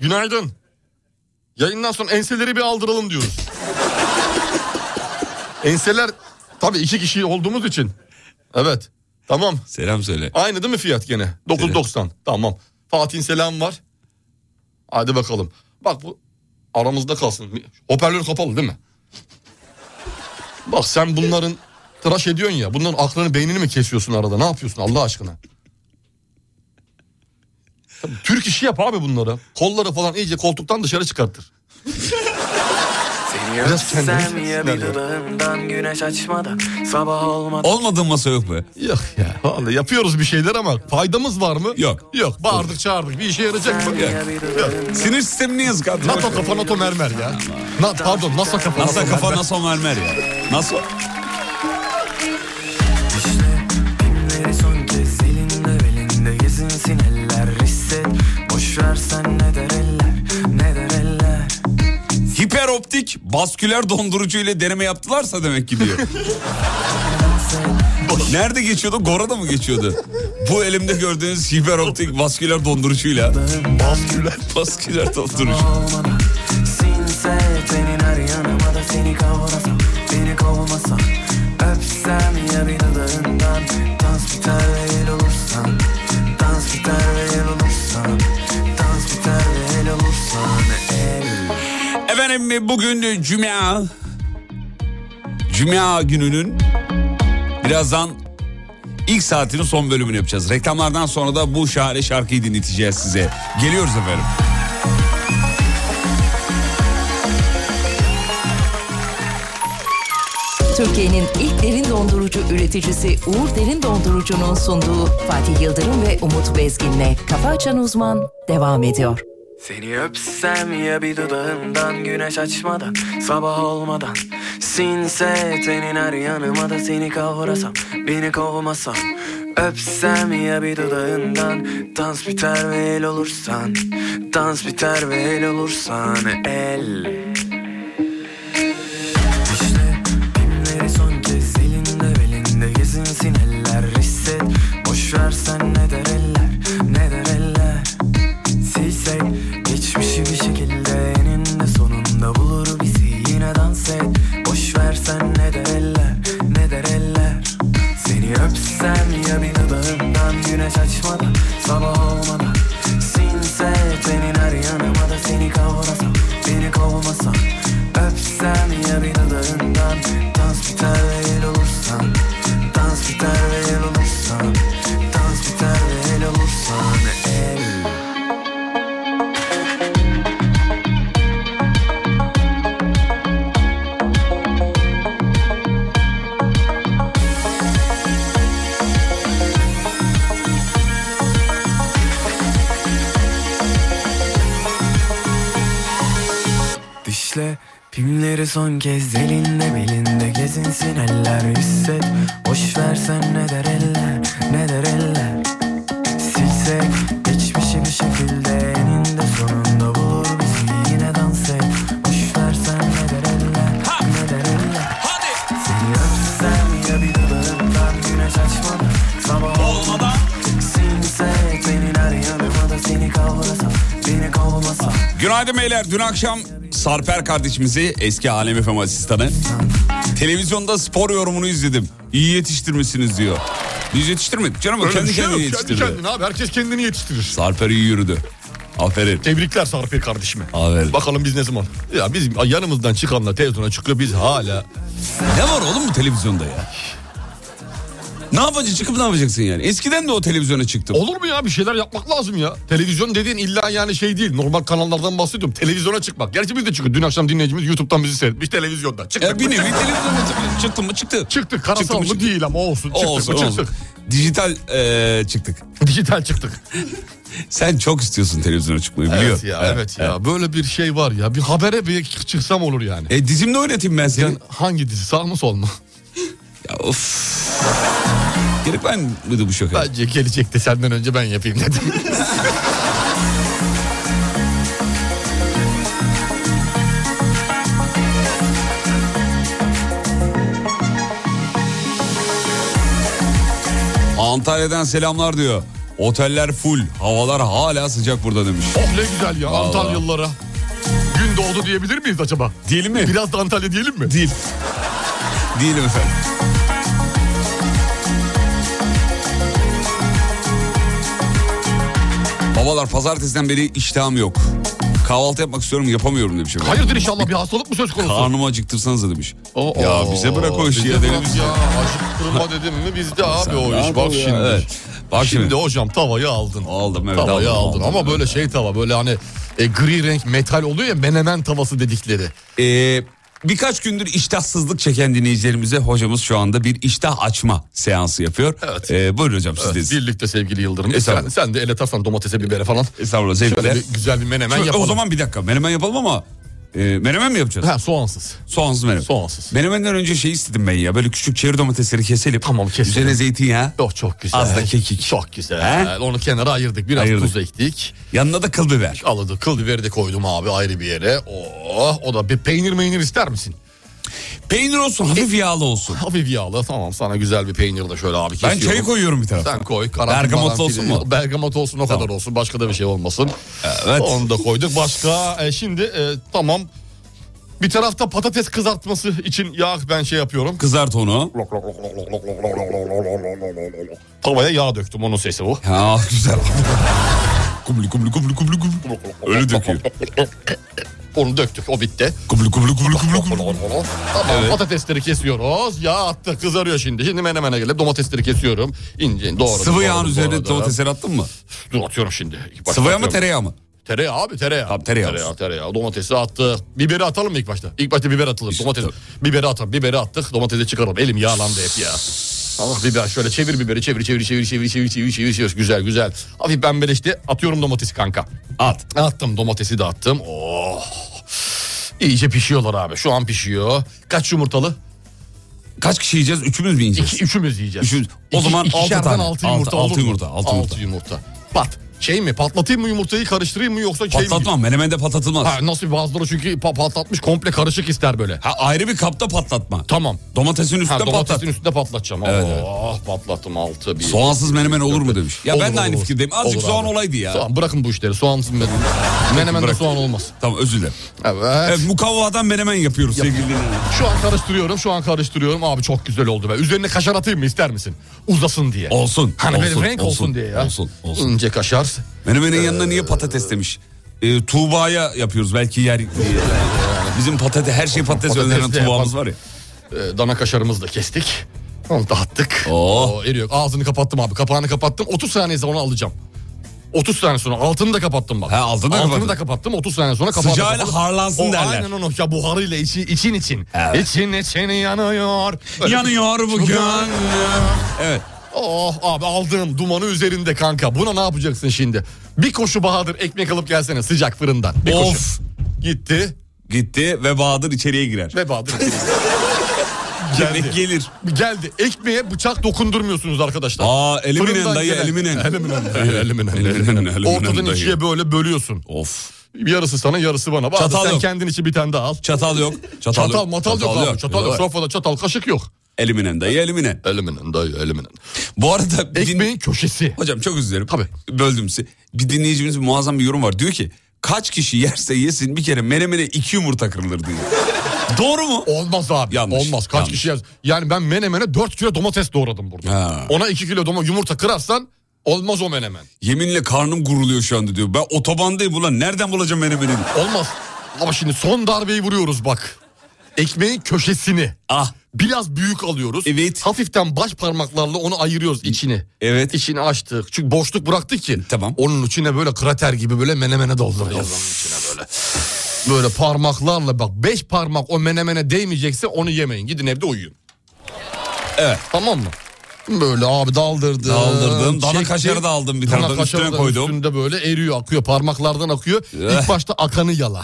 D: Günaydın. Yayından sonra enseleri bir
C: *laughs*
D: aldıralım diyoruz. Enseler tabii iki kişi olduğumuz için. Evet. Tamam.
C: Selam söyle.
D: Aynı değil mi fiyat gene? 9.90. Tamam. Fatih'in selam var. Hadi bakalım. Bak bu aramızda kalsın. Hoparlör kapalı değil mi? Bak sen bunların tıraş ediyorsun ya. Bunların aklını beynini mi kesiyorsun arada? Ne yapıyorsun Allah aşkına? Tabii Türk işi yap abi bunları. Kolları falan iyice koltuktan dışarı çıkartır. Biraz kendini sinirlendir.
I: yanından güneş açmadan sabah olmadan
C: Olmadığın masa yok be.
D: Yok ya. Vallahi yapıyoruz bir şeyler ama faydamız var mı?
C: Yok.
D: Yok. Bağırdık çağırdık. Bir işe yarayacak mı?
C: Yok. Sinir sistemini yazık abi.
D: NATO kafa NATO mermer ya. Na, pardon NASA kafa
C: NASA
D: NATO
C: kafa
D: mermer.
C: NASA mermer ya. NASA
I: Kimleri son kez elinde belinde gezinsin eller Hisset boş versen ne der eller ne der eller
C: hiperoptik basküler dondurucu ile deneme yaptılarsa demek ki
I: *laughs*
C: diyor. Nerede geçiyordu? Gora'da mı geçiyordu? Bu elimde gördüğünüz hiperoptik basküler dondurucuyla. Basküler? Basküler dondurucu.
I: olmadan Sinse tenin her yanıma da seni kavrasa beni kovmasa Öpsem ya bir dudağından Dans biter ve el olursan Dans biter ve el olursan Dans biter ve el olursan El
C: Efendim bugün Cuma. Cuma gününün birazdan ilk saatinin son bölümünü yapacağız. Reklamlardan sonra da bu şahane şarkıyı dinleteceğiz size. Geliyoruz efendim.
H: Türkiye'nin ilk derin dondurucu üreticisi Uğur Derin Dondurucu'nun sunduğu Fatih Yıldırım ve Umut Bezgin'le Kafa Açan Uzman devam ediyor.
I: Seni öpsem ya bir dudağından Güneş açmadan, sabah olmadan Sinse tenin her yanıma da seni kavrasam Beni kovmasam Öpsem ya bir dudağından Dans biter ve el olursan Dans biter ve el olursan El İşte kimleri son kez elinde belinde Gezinsin eller hisset Boş versen ne der eller Ne der eller Silsek geçmişi bir şekilde eninde sonunda bulur bizi yine dans et Boş versen ne der eller ne der eller Seni öpsem ya bir dudağından güneş açmadan sabah olmadan Sinse tenin her yanıma da seni kavrasam beni kovmasam Öpsem ya bir dudağından dans biter ve el olursan Dans biter ve el olursan Dans biter ve el olursan El Dişle pimleri son kez elinde belinde gezinsin eller hisset Boş versen ne der eller ne der eller Silsek geçmişi bir şekilde eninde sonunda bulur bizi yine dans et Boş versen ne der eller ne der eller
C: Hadi.
I: Seni öpsem ya bir dudağından güneş açmadan sabah olmadan Silse senin her yanıma da seni kavrasam beni kovmasam
C: Günaydın beyler. Dün akşam Sarper kardeşimizi eski Alem FM asistanı televizyonda spor yorumunu izledim. İyi yetiştirmişsiniz diyor. Biz yetiştirmedik canım. o
D: Öyle
C: kendi
D: bir şey
C: kendini
D: yok.
C: yetiştirdi.
D: Kendi kendine abi. Herkes kendini yetiştirir.
C: Sarper iyi yürüdü. Aferin.
D: Tebrikler Sarpil kardeşime.
C: Aferin.
D: Bakalım biz ne zaman? Ya bizim yanımızdan çıkanlar televizyona çıkıyor biz hala.
C: Ne var oğlum bu televizyonda ya? Ne yapacaksın çıkıp ne yapacaksın yani? Eskiden de o televizyona çıktım.
D: Olur mu ya bir şeyler yapmak lazım ya. Televizyon dediğin illa yani şey değil. Normal kanallardan bahsediyorum. Televizyona çıkmak. Gerçi biz de çıkıyoruz. Dün akşam dinleyicimiz YouTube'dan bizi seyretmiş televizyonda. Çıktık
C: ya
D: mı?
C: bir nevi
D: Çıktık.
C: televizyona çıktım. Çıktım mı çıktı.
D: Çıktık. Karasal mı
C: çıktık.
D: değil ama olsun. Çıktık
C: olsun
D: mı
C: olsun.
D: çıktık.
C: Dijital eee, çıktık.
D: Dijital çıktık.
C: *laughs* Sen çok istiyorsun televizyona çıkmayı biliyorum.
D: Evet ya evet ya. Böyle bir şey var ya. Bir habere bir çıksam olur yani.
C: E dizimle oynatayım ben seni.
D: Yani hangi dizi sağ mı sol mu?
C: Ya of. Gerek var mıydı bu şoka?
D: Bence gelecekte senden önce ben
C: *laughs*
D: yapayım dedim.
C: Antalya'dan selamlar diyor. Oteller full. Havalar hala sıcak burada demiş.
D: oh ne güzel ya Antalyalılara. Gün doğdu diyebilir miyiz acaba?
C: Değil mi?
D: Biraz da Antalya diyelim mi?
C: Değil. Değil efendim. Babalar pazartesiden beri iştahım yok. Kahvaltı yapmak istiyorum yapamıyorum şey demiş. efendim.
D: Hayırdır inşallah bir hastalık mı söz konusu?
C: Karnımı acıktırsanız demiş.
D: Oo,
C: ya bize bırak o işi
D: bize
C: ya deli
D: bırak
C: misin?
D: ya. Acıktırma dedim mi bizde abi
C: Sen ne
D: o iş. Bak
C: yapıyorsun ya?
D: şimdi.
C: Evet. Bak
D: Şimdi
C: şimdi.
D: hocam tavayı aldın.
C: Aldım, evet,
D: Tavayı
C: aldım,
D: aldın,
C: aldım,
D: ama
C: evet.
D: böyle şey tava böyle hani e, gri renk metal oluyor ya menemen tavası dedikleri.
C: Ee, birkaç gündür iştahsızlık çeken dinleyicilerimize hocamız şu anda bir iştah açma seansı yapıyor.
D: Evet.
C: Ee, buyurun hocam siz
D: Evet,
C: deyiz.
D: birlikte sevgili Yıldırım. E, sen,
C: Estağfurullah.
D: sen de el atarsan domatese bibere falan.
C: Estağfurullah
D: Şöyle
C: zevkler.
D: bir güzel bir menemen
C: Şöyle,
D: yapalım.
C: O zaman bir dakika menemen yapalım ama e, menemen mi yapacağız?
D: Ha soğansız.
C: Soğansız menemen.
D: Soğansız.
C: Menemenden önce şey istedim ben ya böyle küçük çeri domatesleri keselim.
D: Tamam, keselim.
C: Üzerine zeytinyağı.
D: Yok çok güzel.
C: Az da kekik.
D: Çok güzel. Ee,
C: He?
D: Onu kenara ayırdık. Biraz
C: Ayırdık.
D: tuz ektik.
C: Yanına da kıl biber.
D: Aladı. Kıl biberi de koydum abi ayrı bir yere. Oh, o da bir peynir meynir ister misin? E,
C: Peynir olsun hafif yağlı olsun.
D: Hafif yağlı. Tamam sana güzel bir peynir de şöyle abi
C: Ben
D: kesiyorum.
C: çayı koyuyorum bir tarafa.
D: Sen koy. karanfil,
C: Bergamot
D: maranfil.
C: olsun mu?
D: Bergamot olsun o kadar olsun. Başka da bir şey olmasın.
C: Evet.
D: Onu da koyduk. Başka e, şimdi e, tamam. Bir tarafta patates kızartması için yağ ben şey yapıyorum.
C: Kızart onu.
D: Tavaya yağ döktüm onun sesi bu.
C: Ha güzel. kumlu kumlu kumlu kumlu kumlu. Öyle döküyor.
D: *laughs* Onu döktük o bitti.
C: Kumlu kumlu kumlu kumlu kumlu.
D: Tamam patatesleri kesiyoruz. Yağ attık kızarıyor şimdi. Şimdi menemene gelip domatesleri kesiyorum. İnce ince doğradım.
C: Sıvı yağın
D: doğradım,
C: üzerine
D: doğradım.
C: domatesleri attın mı?
D: Dur atıyorum şimdi. İlk başta
C: Sıvı yağ mı
D: atıyorum.
C: tereyağı mı?
D: Tereyağı abi tereyağı.
C: Tamam, tereyağı
D: Tereyağı,
C: olsun.
D: tereyağı. Domatesi attık. Biberi atalım mı ilk başta? İlk başta biber atılır. Domates. Biberi atalım. Biberi attık. Domatesi çıkaralım. Elim yağlandı hep ya. Allah biber şöyle çevir biberi çevir çevir çevir çevir çevir çevir çevir çevir. Güzel güzel. Hafif pembeleşti. Atıyorum domatesi kanka.
C: At.
D: Attım domatesi de attım. Oh. İyice pişiyorlar abi. Şu an pişiyor. Kaç yumurtalı?
C: Kaç kişi yiyeceğiz? Üçümüz mü yiyeceğiz?
D: İki, üçümüz yiyeceğiz.
C: Üçümüz. O zaman altı
D: ikişerden
C: tane. Altı-
D: Altı yumurta
C: altı
D: olur mu?
C: yumurta, altı yumurta.
D: yumurta. Pat. Şey mi patlatayım mı yumurtayı karıştırayım mı yoksa şey mi?
C: Patlatmam. Menemende patlatılmaz. Ha,
D: Ha, nasıl bazıları çünkü pa- patlatmış komple karışık ister böyle.
C: ayrı bir kapta patlatma.
D: Tamam.
C: Domatesin üstünde
D: Ha, domatesin
C: patlat.
D: üstünde patlatacağım.
C: Evet,
D: oh, patlattım altı bir.
C: Soğansız menemen olur mu demiş. Ya
D: Olur,
C: ben de
D: olur,
C: aynı
D: olur.
C: fikirdeyim. Azıcık
D: Olur
C: soğan
D: abi.
C: olaydı ya.
D: Soğan bırakın bu işleri. Soğansız menemen. Menemen de
C: Bırak.
D: soğan olmaz.
C: Tamam özür dilerim.
D: Evet.
C: Evet, mukavvadan menemen yapıyoruz sevgili dinleyenler.
D: Şu an karıştırıyorum, şu an karıştırıyorum. Abi çok güzel oldu be. Üzerine kaşar atayım mı ister misin? Uzasın diye.
C: Olsun.
D: Hani
C: olsun,
D: böyle renk olsun, diye ya.
C: Olsun olsun.
D: İnce kaşar. Ee,
C: Menemenin yanına niye patates demiş. Ee, Tuğba'ya yapıyoruz belki yer diye. Bizim patates her şey patates
D: Patates
C: önlenen
D: de
C: Tuğba'mız
D: yapan-
C: var ya.
D: Ee, dana kaşarımızı da kestik. Onu da attık.
C: Oo.
D: eriyor. Ağzını kapattım abi. Kapağını kapattım. 30 saniye sonra onu alacağım. 30 saniye sonra altını da kapattım bak.
C: He, altını da kapattın.
D: da kapattım. 30 saniye sonra kapağını
C: Sıcağıyla
D: kapattım.
C: harlansın
D: O
C: derler.
D: Aynen onu. Ya buharıyla içi, için için.
C: Evet.
D: İçin için yanıyor. Öyle
C: Yanıyor bu gönlüm. Evet.
D: Oh abi aldığım dumanı üzerinde kanka. Buna ne yapacaksın şimdi? Bir koşu Bahadır ekmek alıp gelsene sıcak fırından. Bir koşu.
C: Of.
D: Gitti
C: Gitti ve Bahadır içeriye girer.
D: ve Bahadır
C: *laughs* Yemek
D: geldi.
C: gelir.
D: geldi. Ekmeğe bıçak dokundurmuyorsunuz arkadaşlar.
C: Aa, eliminen
D: Fırından
C: dayı,
D: gelen-
C: eliminen.
D: Eliminen dayı, eliminen.
C: Eliminen,
D: eliminen.
C: eliminen
D: Ortadan
C: dayı.
D: ikiye böyle bölüyorsun.
C: Of.
D: Yarısı sana yarısı bana. Bahadır
C: Çatal
D: sen
C: yok.
D: kendin için bir tane daha al.
C: Çatal yok. Çatal,
D: Çatal, matal yok, abi. Çatal yok. Sofrada çatal kaşık yok.
C: Eliminen dayı eliminen.
D: Eliminen dayı eliminen.
C: Bu arada bir din-
D: Ekmeğin köşesi.
C: Hocam çok özür dilerim.
D: Tabii.
C: Böldüm sizi. Bir dinleyicimiz muazzam bir yorum var. Diyor ki kaç kişi yerse yesin bir kere menemene iki yumurta kırılır diyor. *laughs* Doğru mu?
D: Olmaz abi.
C: Yanlış,
D: Olmaz. Kaç
C: yanlış.
D: kişi yaz? Yani ben menemene 4 kilo domates doğradım burada.
C: Ha.
D: Ona 2 kilo domates yumurta kırarsan olmaz o menemen.
C: Yeminle karnım guruluyor şu anda diyor. Ben otobandayım ulan nereden bulacağım menemeni?
D: Olmaz. Ama şimdi son darbeyi vuruyoruz bak. Ekmeğin köşesini.
C: Ah
D: Biraz büyük alıyoruz.
C: Evet.
D: Hafiften baş parmaklarla onu ayırıyoruz içini.
C: Evet.
D: İçini açtık. Çünkü boşluk bıraktık ki.
C: Tamam.
D: Onun içine böyle krater gibi böyle menemene dolduruyoruz. Onun içine böyle. Böyle parmaklarla bak beş parmak o menemene değmeyecekse onu yemeyin. Gidin evde uyuyun.
C: Evet.
D: Tamam mı? Böyle abi daldırdım.
C: Daldırdım. Dana kaşarı da aldım bir taraftan,
D: Dana kaşarı
C: üstüne
D: da
C: koydum. Eh.
D: Üstünde böyle eriyor akıyor parmaklardan akıyor. İlk başta akanı yala.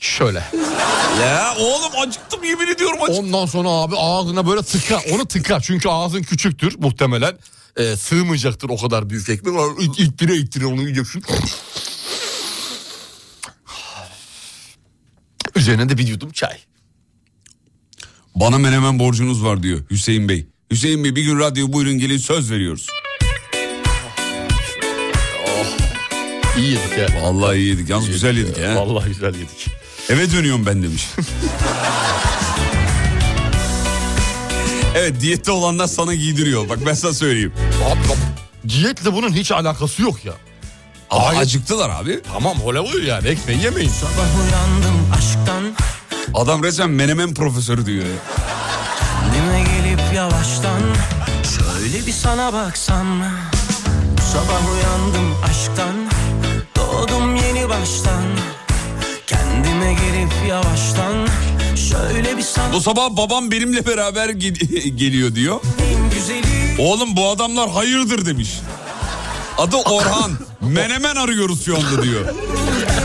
D: Şöyle.
C: Ya oğlum acıktım yemin ediyorum acıktım.
D: Ondan sonra abi ağzına böyle tıka onu tıka çünkü ağzın küçüktür muhtemelen. Ee, sığmayacaktır o kadar büyük ekmek. Or- it- İttire ittire
C: *laughs*
D: onu yiyeceksin. Üzerine de bir yudum çay.
C: Bana menemen borcunuz var diyor Hüseyin Bey. Hüseyin Bey bir gün radyo buyurun gelin söz veriyoruz.
D: İyi Oh, yedik ya.
C: Vallahi iyi yedik yalnız güzel yedik ha.
D: Vallahi güzel yedik.
C: Eve dönüyorum ben demiş. evet diyette olanlar sana giydiriyor. Bak ben sana söyleyeyim.
D: Abi bak, diyetle bunun hiç alakası yok ya.
C: Ama
D: Hayır.
C: acıktılar abi.
D: Tamam hola buyur yani ekmeği yemeyin.
I: Sabah uyandım aşktan
C: Adam resmen menemen profesörü diyor. ya.
I: Kendime gelip yavaştan Şöyle bir sana baksam Bu sabah uyandım aşktan Doğdum yeni baştan Kendime gelip yavaştan Şöyle bir sana
C: Bu sabah babam benimle beraber gi- *laughs* geliyor diyor.
I: En güzeli
C: Oğlum bu adamlar hayırdır demiş. Adı Orhan.
D: *laughs*
C: menemen arıyoruz şu anda diyor.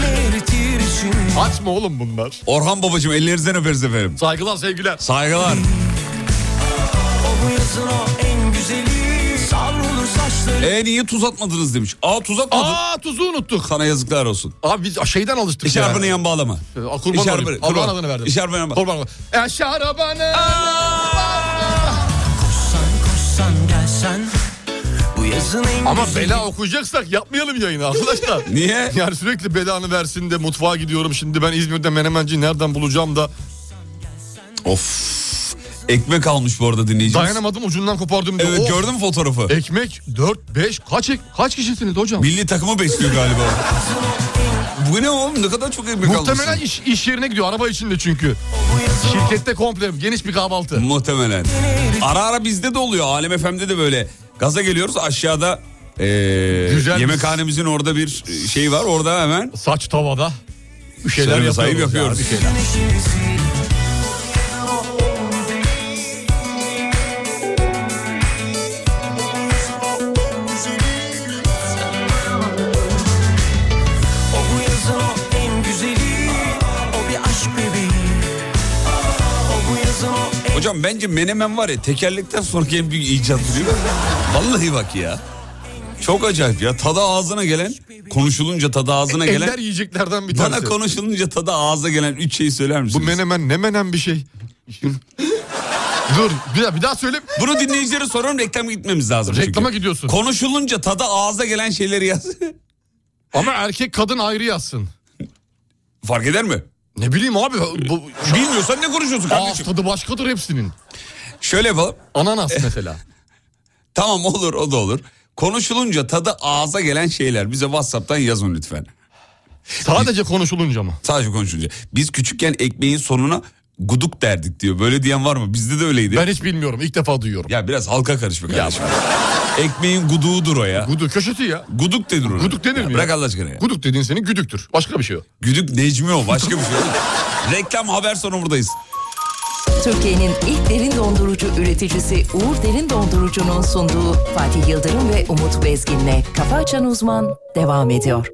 I: eritir için
D: Açma oğlum bunlar.
C: Orhan babacığım ellerinizden öperiz efendim.
D: Saygılar sevgiler.
C: Saygılar.
I: O bu yazın o en güzeli Savrulur saçları
C: E niye tuz atmadınız demiş. Aa tuz atmadın.
D: Aa tuzu unuttuk.
C: Sana yazıklar olsun.
D: Abi biz şeyden alıştık
C: İş harfini yan bağlama.
D: Aa, Kurban
C: İşarpını-
D: olayım.
C: kurban.
D: Allah'ın adını verdim.
C: İşarpını yan bağ-
D: Kurban olayım. E şarabanı.
I: Koşsan koşsan gelsen Bu yazın en
D: Ama
I: güzeli
D: bela okuyacaksak yapmayalım yayını arkadaşlar.
C: *laughs* Niye?
D: Yani sürekli belanı versin de mutfağa gidiyorum şimdi ben İzmir'de menemenci nereden bulacağım da
C: Of. Ekmek almış bu arada dinleyicimiz.
D: dayanamadım ucundan kopardım diye.
C: Evet
D: Of,
C: gördün mü fotoğrafı?
D: Ekmek 4 5 kaç ek- kaç kişisiniz hocam?
C: Milli takımı besliyor galiba. bu ne oğlum ne kadar çok ekmek
D: Muhtemelen
C: almışsın.
D: iş, iş yerine gidiyor araba içinde çünkü. Şirkette komple geniş bir kahvaltı.
C: Muhtemelen. Ara ara bizde de oluyor. Alem FM'de de böyle gaza geliyoruz aşağıda ee,
D: Güzel.
C: yemekhanemizin orada bir şey var. Orada hemen
D: Saç tavada. Bir şeyler
C: Söyleme
D: yapıyoruz.
C: sahip
D: ya,
C: yapıyoruz.
D: bir şeyler.
I: O bu yazın o en güzeli O bir aşk bebeği O bu yazın o en
C: Hocam bence menemen var ya tekerlekten sonraki en büyük icat biliyor musun? Vallahi bak ya. Çok acayip ya. Tadı ağzına gelen, konuşulunca tadı ağzına
D: E, Eller
C: gelen,
D: yiyeceklerden *laughs* bir
C: bana
D: tanesi.
C: konuşulunca tadı ağza gelen üç şeyi söyler
D: Bu
C: misiniz?
D: menemen ne menem bir şey. Dur bir daha, bir daha söyle.
C: Bunu dinleyicilere soruyorum reklama gitmemiz lazım. çünkü.
D: Reklama gidiyorsun.
C: Konuşulunca tadı ağza gelen şeyleri yaz.
D: Ama erkek kadın ayrı yazsın.
C: Fark eder mi?
D: Ne bileyim abi bu
C: Bilmiyorsan ne konuşuyorsun
D: ağız
C: kardeşim?
D: tadı başkadır hepsinin.
C: Şöyle yapalım. *laughs*
D: Ananas mesela.
C: Tamam olur o da olur. Konuşulunca tadı ağza gelen şeyler bize WhatsApp'tan yazın lütfen.
D: Sadece konuşulunca mı?
C: Sadece konuşunca. Biz küçükken ekmeğin sonuna guduk derdik diyor. Böyle diyen var mı? Bizde de öyleydi.
D: Ben hiç bilmiyorum. ilk defa duyuyorum.
C: Ya biraz halka karışma kardeşim. Ekmeğin guduğudur o ya.
D: Guduk köşesi ya.
C: Guduk denir ona.
D: Guduk denir
C: Ya
D: mi ya?
C: Bırak Allah aşkına ya.
D: Guduk dediğin senin güdüktür. Başka bir şey yok.
C: Güdük Necmi o başka bir şey. oğlum. Reklam haber sonu buradayız.
H: Türkiye'nin ilk derin dondurucu üreticisi Uğur Derin Dondurucu'nun sunduğu Fatih Yıldırım ve Umut Bezgin'le Kafa Açan Uzman devam ediyor.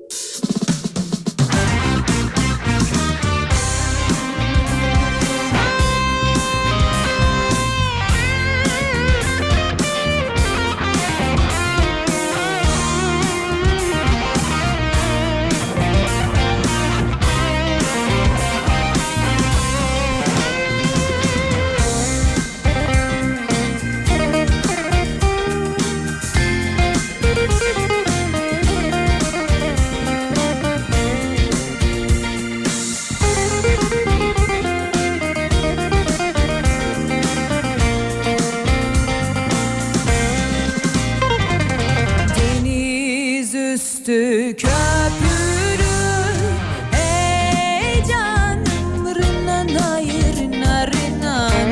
J: Deniz üstü köpürür Ey canım Rınanay rınanay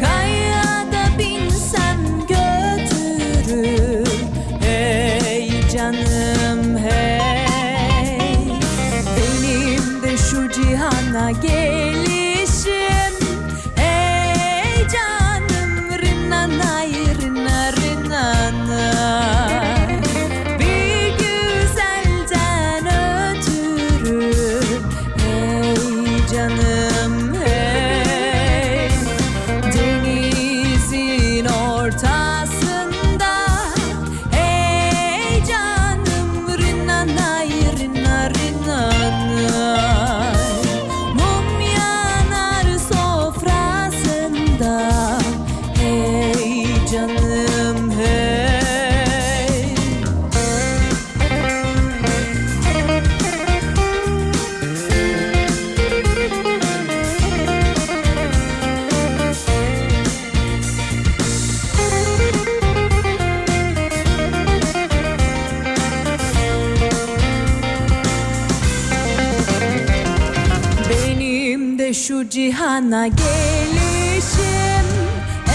J: Kayada binsem götürür Ey canım hey Benim de şu cihana gelişim Ey canım rınanay şu cihana gelişim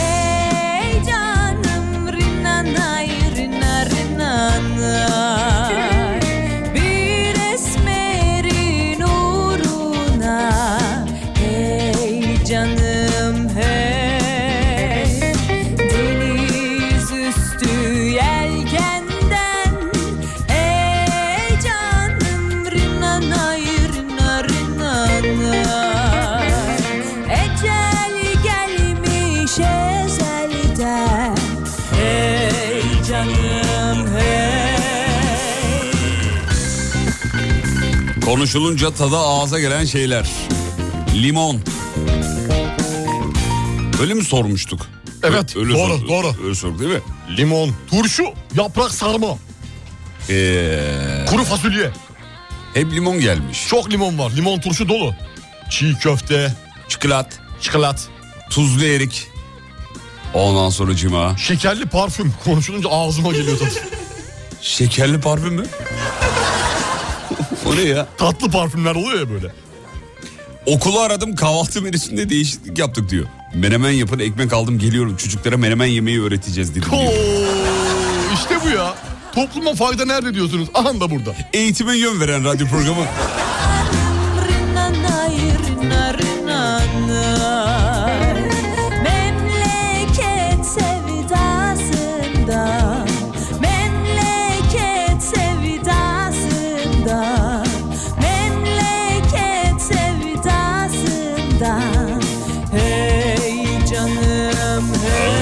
J: Ey canım rinanay rina rinanay Bir esmerin uğruna Ey canım hey Deniz üstü yelkenden Ey canım rinanay rina rinanay Ecel gelmiş ezelden Hey canım hey
C: Konuşulunca tada ağza gelen şeyler. Limon. Öyle mi sormuştuk?
D: Evet,
C: Öyle
D: doğru,
C: sorduk.
D: doğru.
C: Öyle sorduk değil mi?
D: Limon, turşu, yaprak sarma,
C: Ee,
D: kuru fasulye.
C: hep limon gelmiş.
D: Çok limon var. Limon turşu dolu. Çiğ köfte,
C: Çikolat,
D: çikolat,
C: tuzlu erik. Ondan sonra cima.
D: şekerli parfüm. Konuşulunca ağzıma geliyor tadı.
C: Şekerli parfüm mü? o ne ya?
D: Tatlı parfümler oluyor ya böyle.
C: Okulu aradım kahvaltı menüsünde değişiklik yaptık diyor. Menemen yapın ekmek aldım geliyorum çocuklara menemen yemeyi öğreteceğiz dedi. diyor.
D: Oo, işte bu ya. Topluma fayda nerede diyorsunuz? Aha da burada.
C: Eğitime yön veren radyo programı.
J: Rinanay, rina, rinanay. Memleket sevdasında Memleket sevdasında Memleket sevdasında Hey canım hey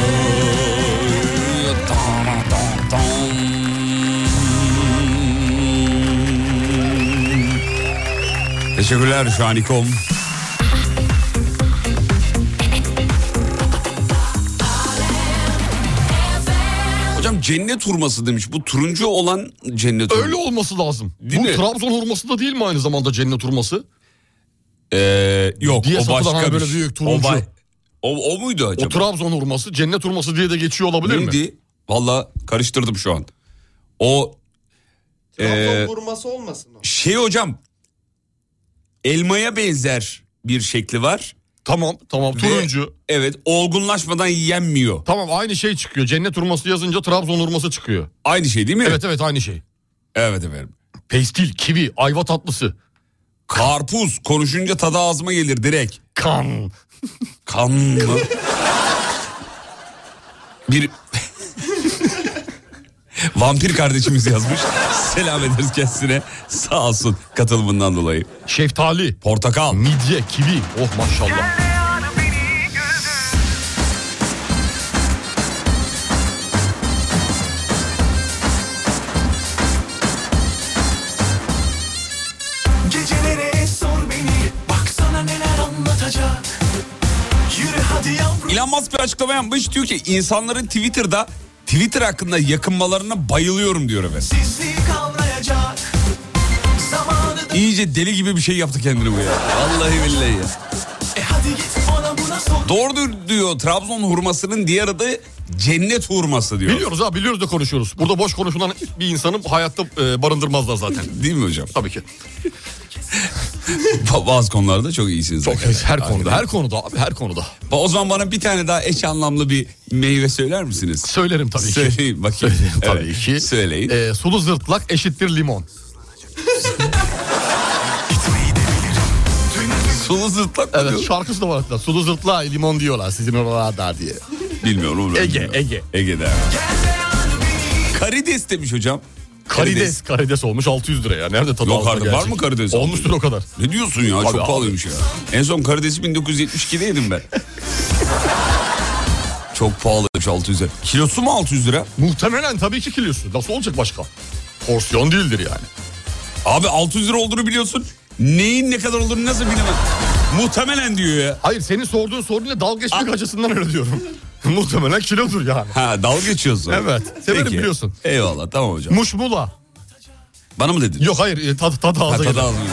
C: Teşekkürler Şanikom. Hocam cennet hurması demiş. Bu turuncu olan cennet hurması.
D: Öyle olması lazım.
C: Değil
D: bu
C: mi?
D: Trabzon hurması da değil mi aynı zamanda cennet hurması?
C: Ee, yok
D: Diye
C: o
D: satılan
C: başka
D: hani
C: bir
D: böyle
C: şey.
D: büyük turuncu.
C: O, ba- o, o muydu acaba?
D: O Trabzon hurması cennet hurması diye de geçiyor olabilir mi?
C: Neydi? Valla karıştırdım şu an. O Ee,
K: Trabzon vurması olmasın o.
C: şey hocam elmaya benzer bir şekli var.
D: Tamam tamam
C: Ve-
D: turuncu.
C: Evet olgunlaşmadan yenmiyor.
D: Tamam aynı şey çıkıyor. Cennet hurması yazınca Trabzon hurması çıkıyor.
C: Aynı şey değil mi?
D: Evet evet aynı şey.
C: Evet efendim.
D: Pestil, kivi, ayva tatlısı.
C: Karpuz konuşunca tadı ağzıma gelir direkt.
D: Kan.
C: Kan mı? bir... Vampir kardeşimiz yazmış. Selam ederiz kendisine. Sağ olsun katılımından dolayı.
D: Şeftali.
C: Portakal.
D: Midye, kivi. Oh maşallah.
F: Gecelere sor beni Baksana neler anlatacak Yürü hadi yavrum
C: Elon Musk bir açıklama yapmış. Diyor ki insanların Twitter'da Twitter hakkında yakınmalarına bayılıyorum diyor efendim.
F: Sizliği kavrayacak Zamanı da
C: İyice deli gibi bir şey yaptı kendini bu ya. Vallahi billahi ya.
F: e hadi git ona buna sor
C: Doğrudur diyor Trabzon hurmasının diğer adı cennet hurması diyor.
D: Biliyoruz ha biliyoruz da konuşuyoruz. Burada boş konuşulan bir insanı hayatta e, barındırmazlar zaten.
C: Değil mi hocam?
D: Tabii
C: *laughs*
D: ki.
C: Bazı konularda çok iyisiniz.
D: Çok
C: hakikaten.
D: her konuda, her konuda abi her konuda.
C: O zaman bana bir tane daha eş anlamlı bir meyve söyler misiniz?
D: Söylerim tabii ki.
C: Söyleyin bakayım.
D: Söylerim tabii
C: Evet,
D: ki.
C: Söyleyin.
D: E, sulu zırtlak eşittir limon.
C: Sulu zırtlak mı
D: Evet
C: diyor?
D: şarkısı da var hatta. Sulu zırtlağa limon diyorlar sizin oralarda diye.
C: Bilmiyorum. ben
D: Ege,
C: bilmiyorum.
D: Ege.
C: Ege'de. Karides demiş hocam.
D: Karides, karides olmuş 600 lira ya. Nerede tadı
C: Yok
D: altına
C: artık, var
D: gelecek?
C: mı karides?
D: Olmuştur o kadar.
C: Ne diyorsun ya?
D: Abi,
C: Çok şey.
D: abi.
C: pahalıymış ya. En son karidesi 1972'de yedim ben. Çok pahalıymış 600 lira. Kilosu mu 600 lira?
D: Muhtemelen tabii ki kilosu. Nasıl olacak başka? Porsiyon değildir yani.
C: Abi 600 lira olduğunu biliyorsun. Neyin ne kadar olduğunu nasıl bilemez? Muhtemelen diyor ya.
D: Hayır senin sorduğun soruyla dalga geçmek açısından öyle diyorum. *laughs* Muhtemelen kilodur yani.
C: Ha dalga geçiyorsun.
D: Evet, severim biliyorsun.
C: Eyvallah tamam hocam.
D: Muşmula.
C: Bana mı dedin?
D: Yok hayır e, tadı tadı ağza
C: Katada
D: gelir.
C: alıyor.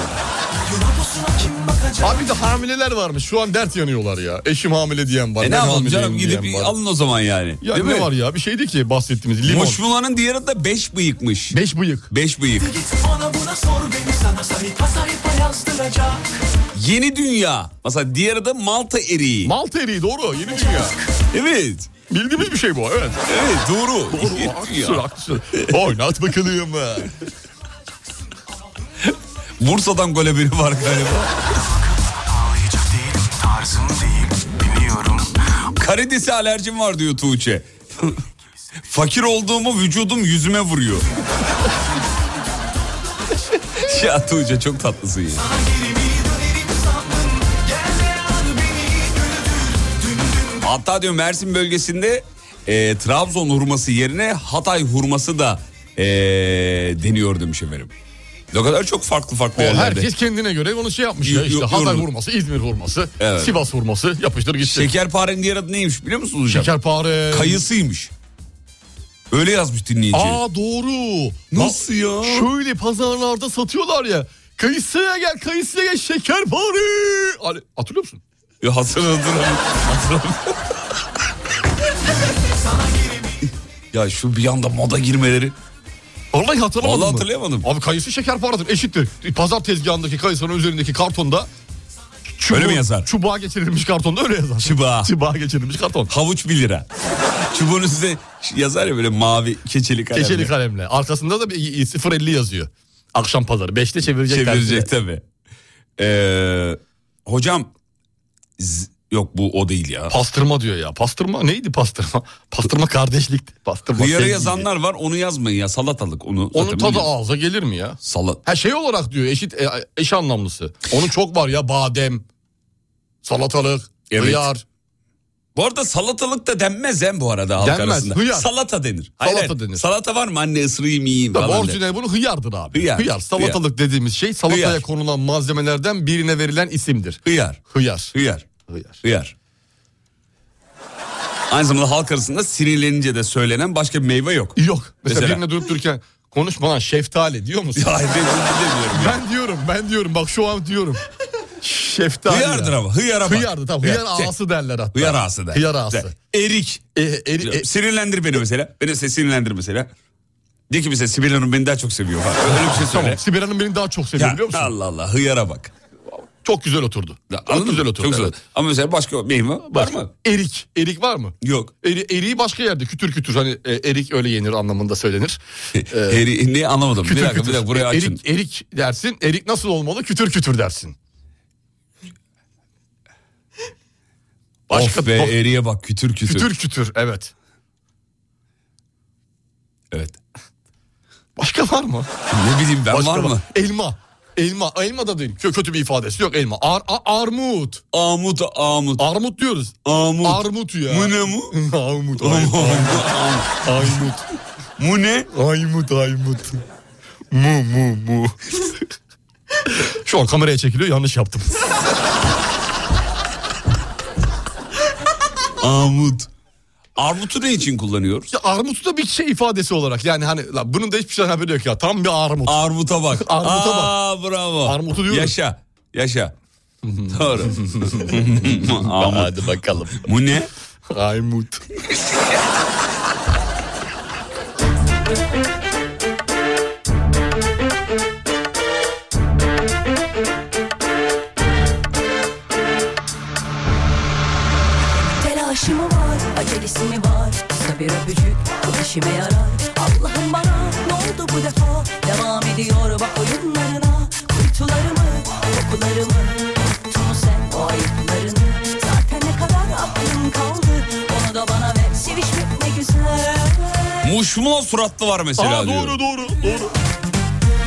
F: Yolabusuna kim bakacak
D: Abi de hamileler varmış. Şu an dert yanıyorlar ya. Eşim hamile diyen var.
C: E ne
D: ben
C: yapalım
D: hamileyim
C: canım
D: diyen
C: gidip
D: var.
C: alın o zaman yani.
D: Ya
C: Değil
D: ne
C: mi?
D: var ya? Bir şeydi ki bahsettiğimiz limon.
C: Moşmulanın diğeri de beş bıyıkmış.
D: Beş bıyık.
C: Beş bıyık.
F: Git ona buna sor beni sana sayfa sayfa yazdıracak
C: Yeni Dünya. Mesela diğeri de Malta eriği.
D: Malta eriği doğru. Yeni Dünya.
C: Evet.
D: Bildiğimiz bir şey bu evet.
C: Evet doğru.
D: Doğru haklısın haklısın. Oynat bakalım.
C: Bursa'dan gole biri var galiba.
E: Ağlayacak değilim tarzım değil biliyorum
C: Karidese alerjim var diyor Tuğçe. Fakir olduğumu vücudum yüzüme vuruyor. *laughs* ya Tuğçe çok tatlısın ya. Hatta diyor Mersin bölgesinde e, Trabzon hurması yerine Hatay hurması da e, deniyor demiş efendim. Ne kadar çok farklı farklı
D: O
C: yerlerde.
D: herkes kendine göre onu şey yapmış ya.
C: Yo-
D: İşte
C: yo-
D: Hatay
C: yorum.
D: vurması, İzmir vurması,
C: Evet.
D: *laughs* Sivas vurması yapıştır gitsin.
C: Şekerparenin diğer adı neymiş biliyor musunuz hocam?
D: Şekerpare.
C: Kayısıymış. Öyle yazmış dinleyici.
D: Aa doğru.
C: Nasıl ya?
D: Şöyle pazarlarda satıyorlar ya. Kayısıya gel kayısıya gel şekerpare. Hani, hatırlıyor musun?
C: Ya hatırladım. hatırladım. ya şu bir anda moda girmeleri.
D: Vallahi hatırlamadım.
C: Vallahi
D: mı?
C: hatırlayamadım.
D: Abi kayısı şekerparedir eşittir. Pazar tezgahındaki kayısının üzerindeki kartonda çubuğu-
C: Öyle mi yazar?
D: Çubuğa geçirilmiş kartonda öyle yazar. *laughs*
C: Çıba.
D: Çıbağa geçirilmiş karton.
C: Havuç 1 lira. Çubuğun üstüne yazar ya böyle mavi keçeli kalemle.
D: Keçeli kalemle. Arkasında da bir 0.50 yazıyor. Akşam pazarı. 5'te çevirecek.
C: Çevirecek
D: tersine.
C: tabii. Ee, hocam z- yok bu o değil ya.
D: Pastırma diyor ya. Pastırma neydi pastırma? *laughs* Pastırma kardeşlikti. Pastırma
C: Hıyarı
D: sevgiydi.
C: yazanlar var onu yazmayın ya salatalık onu.
D: Onun
C: zaten
D: tadı
C: biliyorum.
D: ağza gelir mi ya?
C: Salat.
D: Ha şey olarak diyor eşit e, eş anlamlısı. Onun çok var ya badem, salatalık,
C: Evet.
D: hıyar.
C: Bu arada salatalık da denmez hem bu arada halk
D: Denmez,
C: arasında.
D: hıyar.
C: Salata denir.
D: Salata denir.
C: Salata var mı anne ısırayım yiyeyim
D: Tabii
C: falan. der.
D: orijinal bunu hıyardır abi.
C: Hıyar,
D: Hıyar. Salatalık dediğimiz şey salataya
C: Hıyar.
D: konulan malzemelerden birine verilen isimdir.
C: Hıyar.
D: Hıyar.
C: Hıyar.
D: Hıyar.
C: Hıyar. Aynı zamanda halk arasında sinirlenince de söylenen başka bir meyve yok.
D: Yok. *laughs* Mesela,
C: Mesela.
D: birine durup dururken konuşma lan şeftali diyor musun?
C: Ya ben bunu bilemiyorum ya.
D: Ben diyorum ben diyorum bak şu an diyorum. Şeftali.
C: Hıyardır
D: ya.
C: ama. Hıyara bak.
D: Hıyardı tamam. Hıyar
C: Şey,
D: ağası derler hatta.
C: Hıyar ağası der.
D: Hıyar ağası.
C: Der. Erik.
D: E, eri- e,
C: sinirlendir beni mesela. Beni se- sinirlendir mesela. De ki mesela Sibel Hanım beni daha çok seviyor. falan. Öyle bir şey söyle.
D: tamam. Sibel Hanım beni daha çok seviyor
C: Ya,
D: biliyor musun?
C: Allah Allah hıyara bak.
D: Çok güzel oturdu.
C: Ya,
D: çok
C: anladın
D: güzel
C: mı?
D: oturdu.
C: Çok güzel.
D: evet.
C: Ama mesela başka meyve var
D: Başka-
C: mı?
D: Erik. Erik var mı?
C: Yok.
D: Eri, eriği başka yerde kütür kütür hani e, erik öyle yenir anlamında söylenir.
C: *laughs*
D: E,
C: Eri, ne anlamadım.
D: Kütür
C: bir dakika
D: kütür.
C: bir dakika burayı
D: E,
C: açın.
D: Erik, erik dersin. Erik nasıl olmalı? Kütür kütür dersin. Başka
C: of be eriye bak kütür kütür.
D: kütür kütür evet.
C: Evet.
D: Başka
C: *laughs*
D: var mı?
C: Ne bileyim ben
D: Başka
C: var mı?
D: Elma. Elma. Elma da değil. Kö- Kötü bir ifadesi yok elma. Ar- a- armut.
C: Amut amut.
D: Armut diyoruz.
C: Amut.
D: Armut ya.
C: Mu ne mu? Amut,
D: armut. Armut.
C: amut.
D: Aymut.
C: Mu ne?
D: Aymut aymut. Mu mu mu. Şu an kameraya çekiliyor yanlış yaptım.
C: Amut. Armutu ne için kullanıyoruz?
D: Ya armutu da bir şey ifadesi olarak yani hani la bunun da hiçbir şeyden haberi yok ya. Tam bir armut.
C: Armuta bak.
D: Armuta bak.
C: Aa, bravo.
D: Armutu diyoruz.
C: Yaşa. Yaşa. Doğru. Amut.
D: *laughs* Hadi bakalım.
C: *laughs* Bu ne?
D: Aymut.
H: Telaşı mı var, acelesi mi var? Kısa bir öpücük, bu işime yarar. Allah'ım bana ne oldu bu defa? Devam ediyor bak oyunlarına. Kuytularımı, kokularımı, unuttun mu sen o ayıplarını? Zaten ne kadar aklın kaldı, onu da bana ver. Sevişmek ne güzel.
C: Muşmula suratlı var mesela
D: Aa,
C: diyor.
D: doğru doğru doğru.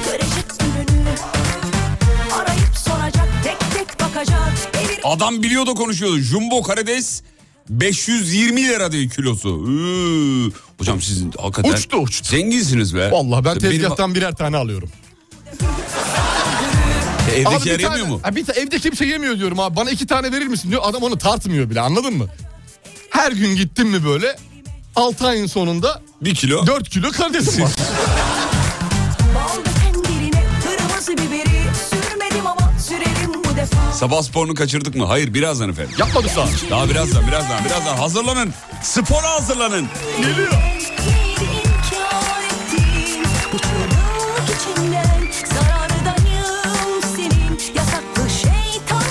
H: Göreceksin önünü. Arayıp soracak, tek tek bakacak. Evir
C: Adam biliyor da konuşuyordu. Jumbo karides 520 lira diyor kilosu. Üü. Hocam siz hakikaten
D: Uçtu, uçtu.
C: zenginsiniz be.
D: Vallahi ben
C: Benim-
D: tezgahtan birer tane alıyorum.
C: E, evdeki
D: Abi bir
C: yer yemiyor
D: tane-
C: mu?
D: Ha, bir ta- evde kimse yemiyor diyorum abi. Bana iki tane verir misin diyor. Adam onu tartmıyor bile anladın mı? Her gün gittim mi böyle 6 ayın sonunda
C: Bir kilo.
D: 4 kilo
C: *laughs*
D: kardeşim var.
H: bal kendine kırmızı biberi. Sürmedim ama sürerim bu defa.
C: Sabah sporunu kaçırdık mı? Hayır birazdan efendim.
D: Yapmadık daha.
C: Daha birazdan birazdan birazdan hazırlanın. Spora hazırlanın.
D: Geliyor.
H: Neydi inkar ettin? Bu çığlık içinden zarardayım senin. Yasaklı şeytan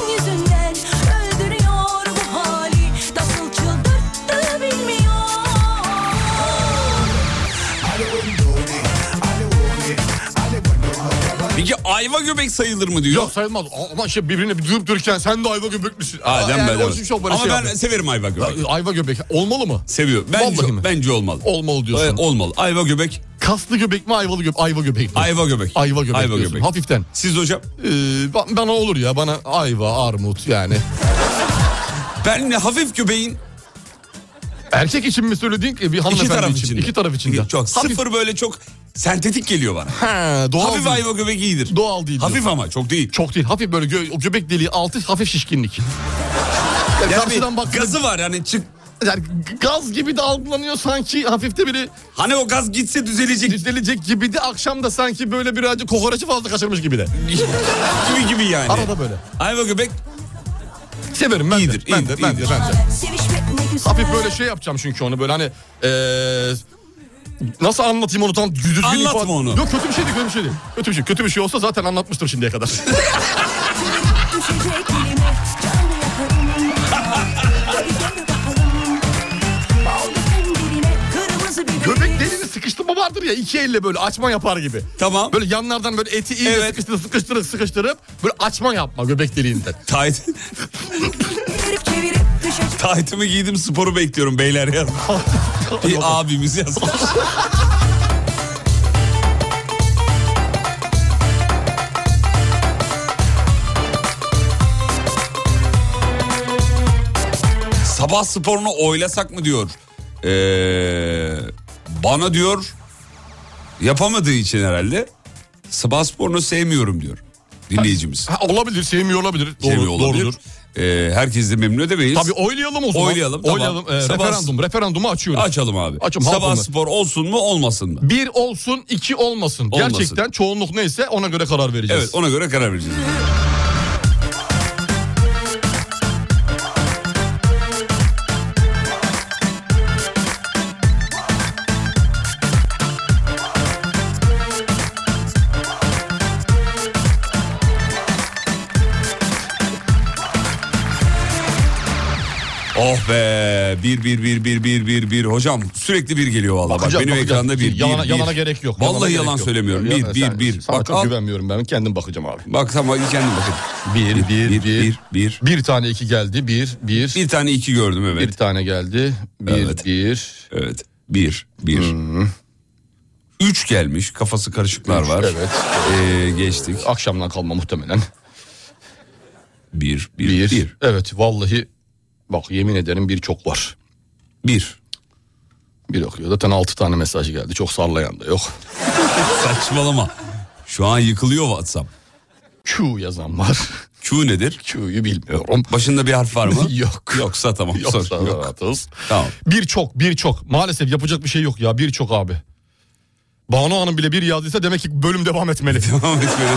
C: ayva göbek sayılır mı diyor.
D: Yok sayılmaz. A- Ama şey birbirine bir durup dururken sen de ayva göbek misin?
C: Ha,
D: Aa,
C: deme,
D: yani
C: deme.
D: o şey bana
C: Ama
D: şey
C: ben
D: yapıyor.
C: severim ayva göbek.
D: Ya, Ayva göbek. Olmalı mı?
C: Seviyor. Bence,
D: Vallahi mi?
C: bence olmalı.
D: Olmalı diyorsun.
C: Evet, olmalı. Ayva göbek. *laughs*
D: Kaslı göbek mi ayvalı göbek? Ayva göbek. mi?
C: Ayva göbek.
D: Ayva göbek
C: Ayva
D: diyorsun.
C: göbek.
D: Hafiften.
C: Siz hocam?
D: Ee, ba- bana olur ya. Bana ayva, armut yani.
C: Ben hafif göbeğin
D: Erkek için mi söylediğin ki? Bir hanımefendi
C: taraf
D: için.
C: için de.
D: İki taraf için de.
C: Çok
D: Hafif-
C: sıfır böyle çok sentetik geliyor bana.
D: Ha, doğal
C: Hafif
D: değil.
C: ayva göbeği iyidir.
D: Doğal değil.
C: Hafif
D: diyorsun.
C: ama çok değil.
D: Çok değil. Hafif böyle gö- o göbek deliği altı hafif şişkinlik. yani
C: Yani
D: karşıdan
C: bir
D: baktığında-
C: gazı var yani çık.
D: yani gaz gibi de algılanıyor sanki hafif de biri
C: Hani o gaz gitse düzelecek
D: düzelecek gibi de akşam da sanki böyle birazcık kokoreçi fazla kaçırmış gibi de.
C: gibi gibi yani.
D: Arada böyle.
C: Ayva göbek
D: Severim ben
C: İyidir,
D: de. Ben
C: iyidir,
D: de, ben de,
C: iyidir.
D: ben de.
H: Sevişmek ne güzel
D: Hafif böyle şey yapacağım çünkü onu böyle hani eee, Nasıl anlatayım onu tam düzgün
C: Anlatma
D: ifade-
C: onu.
D: Yok kötü bir şey değil kötü bir şey değil. Kötü bir şey. Kötü bir şey olsa zaten anlatmıştım
H: *laughs*
D: şimdiye kadar.
H: düşecek elime Canlı yakarım Hadi gel bakalım Bağlı kendine Kırmızı bir
D: Göbek deliğini sıkıştırma vardır ya iki elle böyle açma yapar gibi.
C: tamam.
D: Böyle yanlardan böyle eti iyice
C: Evet.
D: sıkıştırıp sıkıştırıp sıkıştırıp böyle açma yapma göbek deliğinden.
C: Tayt,
H: Çevirip çevirip düşecek
C: taytımı giydim sporu bekliyorum beyler
D: *laughs*
C: yaz. bir abimiz yaz. Sabah sporunu oylasak mı diyor. Ee, bana diyor yapamadığı için herhalde sabah sporunu sevmiyorum diyor dinleyicimiz.
D: Ha, olabilir sevmiyor olabilir. Doğru,
C: Seviyor olabilir.
D: Doğrudur.
C: Ee, herkes de memnun edemeyiz.
D: Tabii oylayalım o zaman.
C: Oylayalım, tamam.
D: Ee,
C: Sabah-
D: Referandum. Referandumu açıyoruz.
C: Açalım abi.
D: Açalım,
C: Sabah
D: halkımız.
C: spor olsun mu olmasın mı?
D: Bir olsun iki olmasın.
C: Olmasın.
D: Gerçekten çoğunluk neyse ona göre karar vereceğiz.
C: Evet ona göre karar vereceğiz. Oh be bir bir bir bir bir bir bir hocam sürekli bir geliyor vallahi bak
D: Bakacağız,
C: benim
D: bakacağız.
C: ekranda bir, bir
D: Yalana,
C: bir.
D: yalana gerek yok. yalana
C: Vallahi
D: gerek
C: yalan
D: yok.
C: söylemiyorum
D: Yalana-
C: bir bir
D: sen-
C: bir
D: Sana
C: bak
D: çok
C: al.
D: güvenmiyorum ben kendim bakacağım abi.
C: Bak tamam kendim bakın.
D: Bir, bir,
C: bir, bir, bir.
D: bir. Bir tane iki geldi. Bir, bir.
C: Bir tane iki gördüm evet.
D: Bir tane geldi. Bir,
C: Evet.
D: bir. Hmm.
C: Evet. Bir, bir. Üç gelmiş. Kafası karışıklar var.
D: evet.
C: Ee, geçtik.
D: Akşamdan kalma muhtemelen.
C: Bir, bir,
D: Bir.
C: bir. Bir.
D: Evet vallahi bak yemin ederim bir çok var. Bir okuyor. Zaten altı tane mesaj geldi. Çok sallayan da yok.
C: *laughs* Saçmalama. Şu an yıkılıyor WhatsApp.
D: Q yazan var.
C: Q nedir?
D: Q'yu bilmiyorum.
C: Başında bir harf var mı?
D: *laughs* Yok.
C: Yoksa tamam.
D: Yoksa
C: Sorun yok.
D: rahatız.
C: Tamam.
D: Birçok birçok. Maalesef yapacak bir şey yok ya birçok abi. Banu Hanım bile bir yazdıysa demek ki bölüm devam etmeli.
C: Devam et böyle.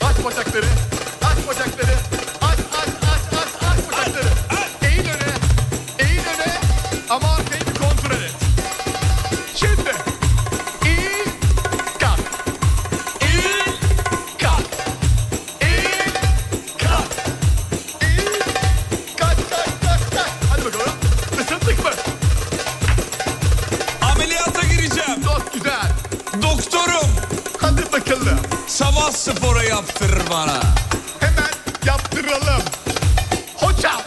D: Aç bacakları. Aç bacakları. Aç aç aç aç aç bacakları. Eğil öne. Eğil öne. Ama arkayı bir kontrol et. Şimdi. İyi. Kalk. İyi. Kalk. İyi. Kalk. İyi. Kalk kalk kalk kalk. Hadi bakalım. Isındık mı?
C: Ameliyata gireceğim.
D: Çok güzel.
C: Doktorum.
D: Hadi bakalım.
C: Sabah spora yaptır bana.
D: Hemen yaptıralım. Hocam.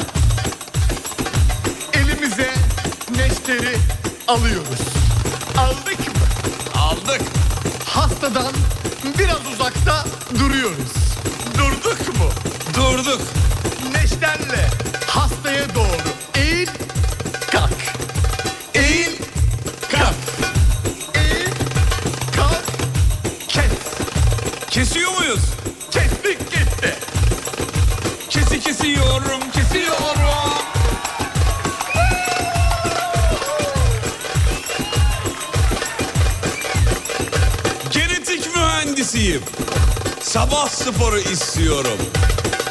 D: Elimize neşteri alıyoruz. Aldık mı?
C: Aldık.
D: Hastadan biraz uzakta duruyoruz. Durduk mu?
C: Durduk.
D: Neşterle hastaya doğru eğil, kalk. Eğil, kalk. Eğil,
C: Kesiyor muyuz? Kestik gitti. Kesi kesiyorum, kesiyorum. Genetik mühendisiyim. Sabah sporu istiyorum.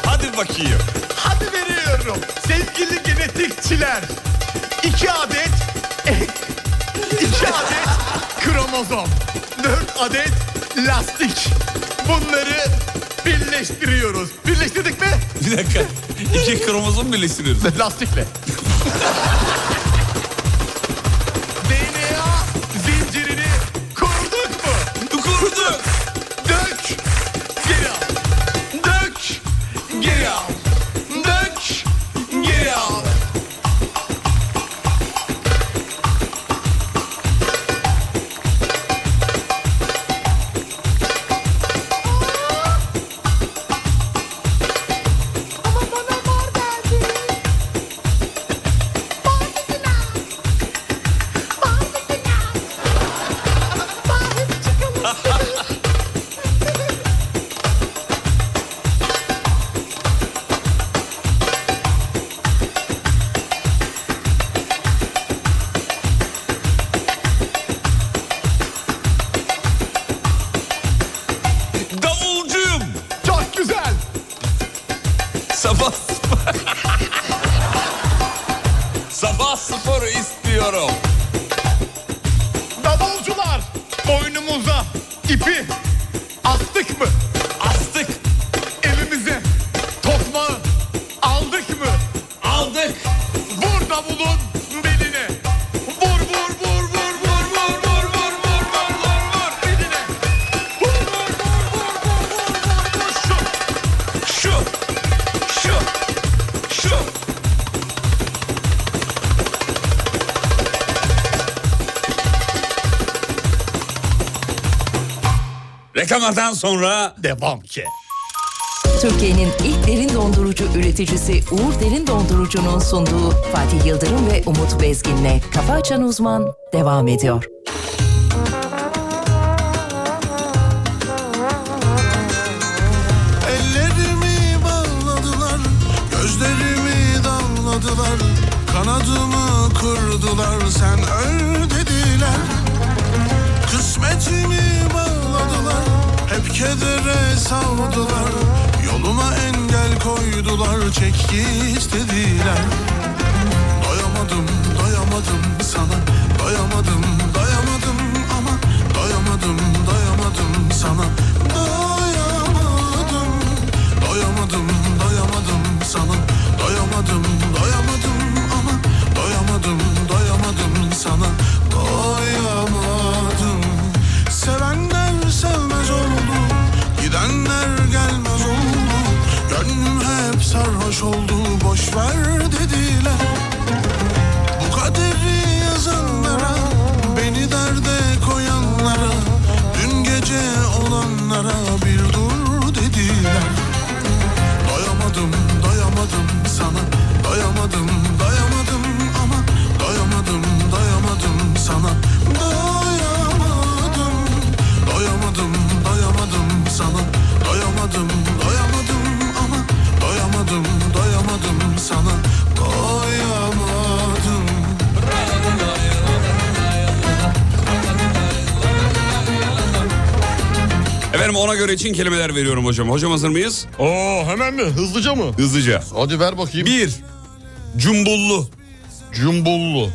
C: Hadi bakayım.
L: Hadi veriyorum sevgili genetikçiler. İki adet... iki adet kromozom. Dört adet lastik. Bunları birleştiriyoruz. Birleştirdik mi?
C: Bir dakika. İki kromozom
D: *laughs*
C: birleştiriyoruz.
L: Lastikle. DNA zincirini kurduk mu?
C: Kurduk.
L: Dök. Geri al. Dök. Geri al. Dök. Geri al.
C: Davulcuyum.
L: Çok güzel.
C: Sabah spor.
L: *laughs*
C: Sabah sporu istiyorum.
L: Davulcular boynumuza ipi astık mı?
C: Astık.
L: Elimize tokmağı aldık mı?
C: Aldık.
L: Vur davulun beline. Vur vur vur vur vur vur vur vur vur vur vur vur beline. Vur vur vur vur vur vur vur vur şu.
C: Şu. Şu. Şu. Reklamlardan sonra
L: devam ki.
H: Türkiye'nin ilk derin dondurucu üreticisi Uğur Derin Dondurucu'nun sunduğu Fatih Yıldırım ve Umut Bezgin'le Kafa Açan Uzman devam ediyor.
M: Ellerimi bağladılar, gözlerimi damladılar Kanadımı kurdular, sen öl dediler Kısmetimi bağladılar, hep kedere savdular Yoluma engel koydular, çek git dediler Doyamadım, doyamadım sana Doyamadım, doyamadım ama Doyamadım, doyamadım sana Doyamadım Doyamadım, doyamadım sana Doyamadım, doyamadım ama Doyamadım, doyamadım sana Doyamadım Sevenler sevmez oldu Gidenler gelmez oldu Gönlüm hep sarhoş oldu Boş ver dediler Bu kaderi yazanlara Beni derde koyanlara Dün gece olanlara Bir dur dediler Doyamadım, doyamadım sana Doyamadım, doyamadım ama Doyamadım, doyamadım sana Doyamadım Doyamadım, doyamadım sana Doyamadım, doyamadım ama Doyamadım, doyamadım sana Doyamadım
C: Efendim ona göre için kelimeler veriyorum hocam. Hocam hazır mıyız?
L: Oo hemen mi? Hızlıca mı?
C: Hızlıca.
L: Hadi ver bakayım.
C: Bir. Cumbullu.
L: Cumbullu.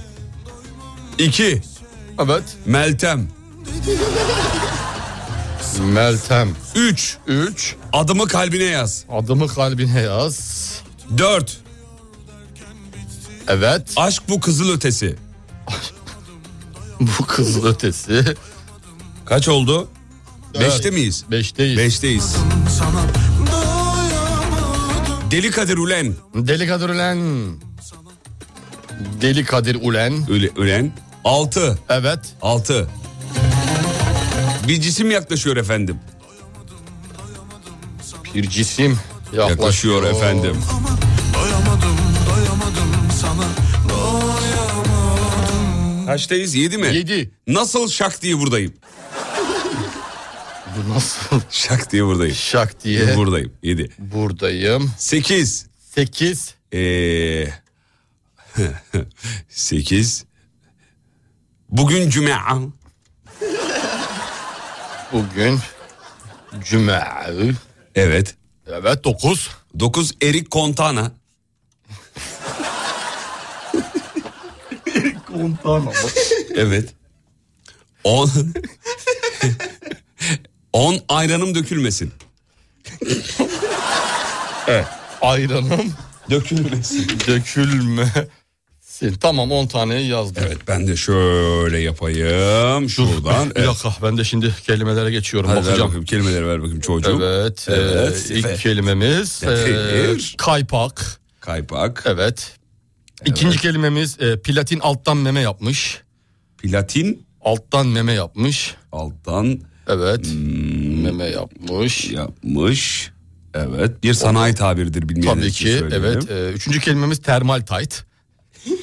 C: İki.
L: Evet.
C: Meltem.
L: Meltem.
C: Üç.
L: Üç.
C: Adımı kalbine yaz.
L: Adımı kalbine yaz.
C: Dört.
L: Evet.
C: Aşk bu kızıl ötesi.
L: *laughs* Bu kızıl ötesi.
C: Kaç oldu?
L: Dört.
C: Beşte miyiz?
L: Beşteyiz.
C: Beşteyiz. Deli Kadir Ulen.
L: Deli Kadir Ulen. Deli Kadir Ulen.
C: Üle- Ulen. Altı.
L: Evet.
C: Altı. Bir cisim yaklaşıyor efendim.
L: Bir cisim
C: Yaklaşıyor efendim.
M: Doyamadım, doyamadım sana Doyamadım
C: Kaçtayız? Yedi mi?
L: Yedi.
C: Nasıl *laughs* şak diye buradayım.
D: oldu nasıl?
C: Şak diye buradayım.
D: Şak diye.
C: Buradayım. 7.
D: Buradayım.
C: 8.
D: 8.
C: Ee, *laughs* 8. Bugün cuma.
D: Bugün cuma.
C: Evet.
D: Evet 9.
C: 9 Erik Kontana.
D: Kontana
C: Evet. *laughs* 10 10 ayranım dökülmesin.
D: Evet. Ayranım
C: dökülmesin.
D: *laughs* Dökülmesin. Tamam 10 taneyi yazdım.
C: Evet ben de şöyle yapayım şuradan.
D: Bir dakika ben de şimdi kelimelere geçiyorum.
C: Hadi ver
D: bakacağım.
C: bakayım, kelimeleri ver bakayım çocuğum.
D: Evet.
C: Evet,
D: e, ilk
C: evet.
D: kelimemiz e,
C: Nedir?
D: kaypak.
C: Kaypak.
D: Evet. İkinci kelimemiz e, platin alttan meme yapmış.
C: Platin
D: Alttan meme yapmış.
C: alttan Hmm.
D: Evet. meme yapmış.
C: yapmış. Evet bir sanayi tabiridir bilmeyenler
D: Tabii
C: için
D: ki
C: söyleyelim.
D: evet. E, üçüncü kelimemiz termal tight.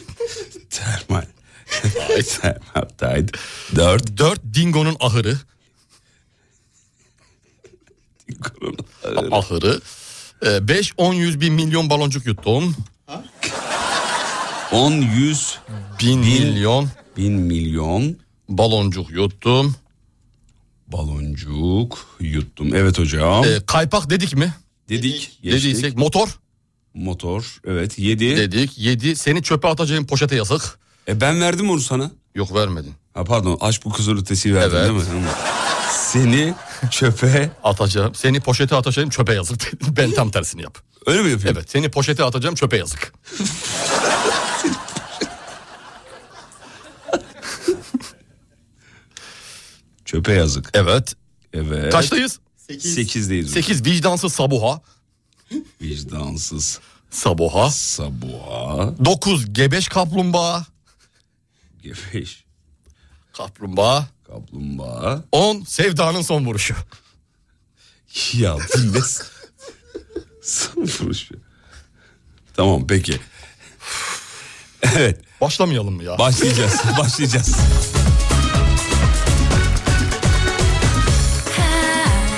C: *laughs* Termal. Termal tayt. Dört.
D: Dört dingonun ahırı. ahırı. E, beş on yüz bin milyon baloncuk yuttum.
C: On yüz
D: Bin, milyon
C: bin milyon
D: baloncuk yuttum.
C: baloncuk yuttum. Evet hocam.
D: E, kaypak dedik mi?
C: Dedik. geçtik.
D: Dediysek motor
C: Motor. Evet yedi.
D: dedik. Yedi seni çöpe atacağım poşete yazık.
C: E ben verdim onu sana.
D: Yok vermedin.
C: Ha pardon aç bu kızıl ötesi verdin
D: Evet.
C: değil mi? Tamam. Seni çöpe
D: Atacağım. Seni poşete atacağım çöpe yazık. *laughs* dedin. ben tam tersini yap.
C: öyle mi yapıyorsun?
D: Evet seni poşete atacağım çöpe yazık.
C: Çöpe yazık.
D: Evet.
C: Evet.
D: Kaçtayız?
C: Sekizdeyiz.
D: 8 vicdansız sabuha.
C: Vicdansız
D: Sabuha.
C: sabuha
D: 9 gebeş kaplumbağa.
C: gebeş
D: Kaplumbağa.
C: kaplumbağa
D: 10 sevdanın son vuruşu.
C: *laughs* ya bu ne s- sıfır şey. Tamam peki. *laughs* Evet
D: Başlamayalım mı ya?
C: başlayacağız başlayacağız.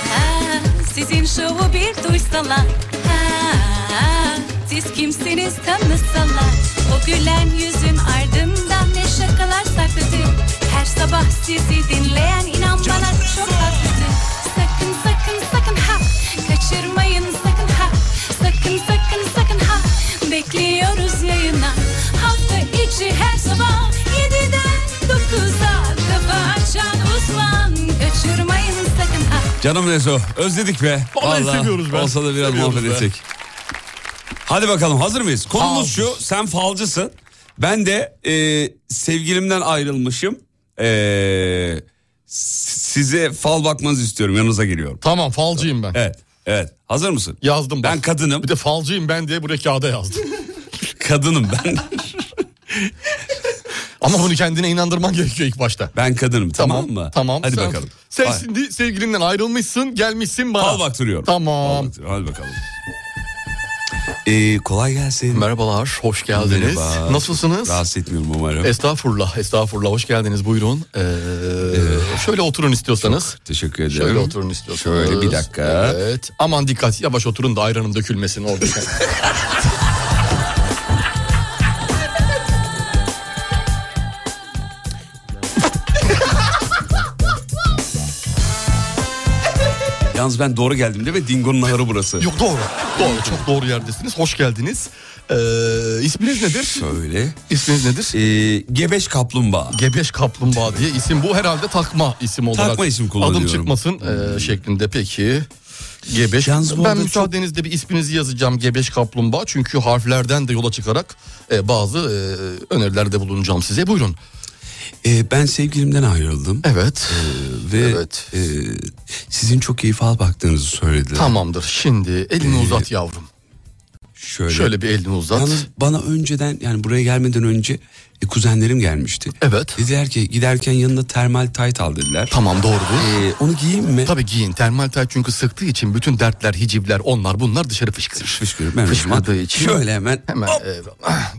G: Ha, Sizin şovu bir duysalar Ha, Siz kimsiniz tanısalar O gülen yüzün ardından ne şakalar sakladı Her sabah sizi dinleyen inan bana çok haklıdır Sakın sakın sakın ha Kaçırmayın sakın ha Sakın sakın sakın ha Bekliyoruz yayına Hafta içi her sabah 7'den 9'a Kafa açan uzman Kaçırmayın sakın ha
C: Canım Nezo özledik be.
D: Vallahi seviyoruz be.
C: Olsa da biraz
D: Seviyoruz
C: muhabbet
D: be.
C: etsek. Hadi bakalım hazır mıyız? Konumuz
D: Hazır.
C: şu sen falcısın. Ben de e, sevgilimden ayrılmışım. E, s- size fal bakmanızı istiyorum yanınıza geliyorum.
D: Tamam falcıyım ben.
C: Evet evet hazır mısın?
D: Yazdım bak.
C: Ben kadınım.
D: Bir de falcıyım ben diye buraya kağıda yazdım.
C: Kadınım ben.
D: Ama bunu kendine inandırman gerekiyor ilk başta.
C: Ben kadınım tamam, mı?
D: Tamam.
C: Hadi
D: sen-
C: bakalım.
D: Sen
C: Hadi.
D: şimdi sevgilinden ayrılmışsın gelmişsin bana.
C: Fal baktırıyorum. Fal
D: Tamam.
C: baktırıyorum. Hadi bakalım. E, kolay gelsin.
D: Merhabalar, hoş geldiniz.
C: Merhaba.
D: Nasılsınız?
C: Rahatsız etmiyorum umarım.
D: Estağfurullah, estağfurullah. Hoş geldiniz. Buyurun. Ee, şöyle oturun istiyorsanız.
C: Ee, Teşekkür ederim.
D: Şöyle oturun istiyorsanız.
C: Şöyle bir dakika.
D: Evet. Aman dikkat, yavaş oturun da ayranım dökülmesin orada.
C: Yalnız ben doğru geldim değil mi? Dingo'nun ahırı burası.
D: Yok doğru. Doğru, çok doğru yerdesiniz. Hoş geldiniz. Ee, isminiz nedir?
C: Şöyle.
D: İsminiz nedir?
C: Ee, gebeş kaplumbağa.
D: Gebeş Kaplumbağa diye isim. Bu herhalde takma isim olarak.
C: Takma isim kullanıyorum. Hmm.
D: Adım çıkmasın ee, şeklinde peki. Gebeş.
C: Yalnız bu
D: ben
C: arada
D: müsaadenizle bir isminizi yazacağım Gebeş Kaplumbağa. Çünkü harflerden de yola çıkarak e, bazı e, önerilerde bulunacağım size. Buyurun.
C: Ee, ben sevgilimden ayrıldım.
D: Evet.
C: Ve
D: Evet.
C: e, sizin çok keyif al baktığınızı söylediler.
D: Tamamdır. Şimdi elini uzat yavrum.
C: Ee, Şöyle.
D: Şöyle bir elini uzat.
C: Yalnız bana önceden yani buraya gelmeden önce e, kuzenlerim gelmişti.
D: Evet.
C: Dediler ki giderken yanında termal tayt al dediler.
D: Tamam doğrudur.
C: Ee, onu giyeyim mi?
D: Tabii giyin. Termal tel çünkü sıktığı için bütün dertler, hicivler, onlar bunlar dışarı fışkırır.
C: Fışkırır. Ben o zaman
D: Fışkırdığı için.
C: Şöyle hemen.
D: Hemen
C: hop,
D: e,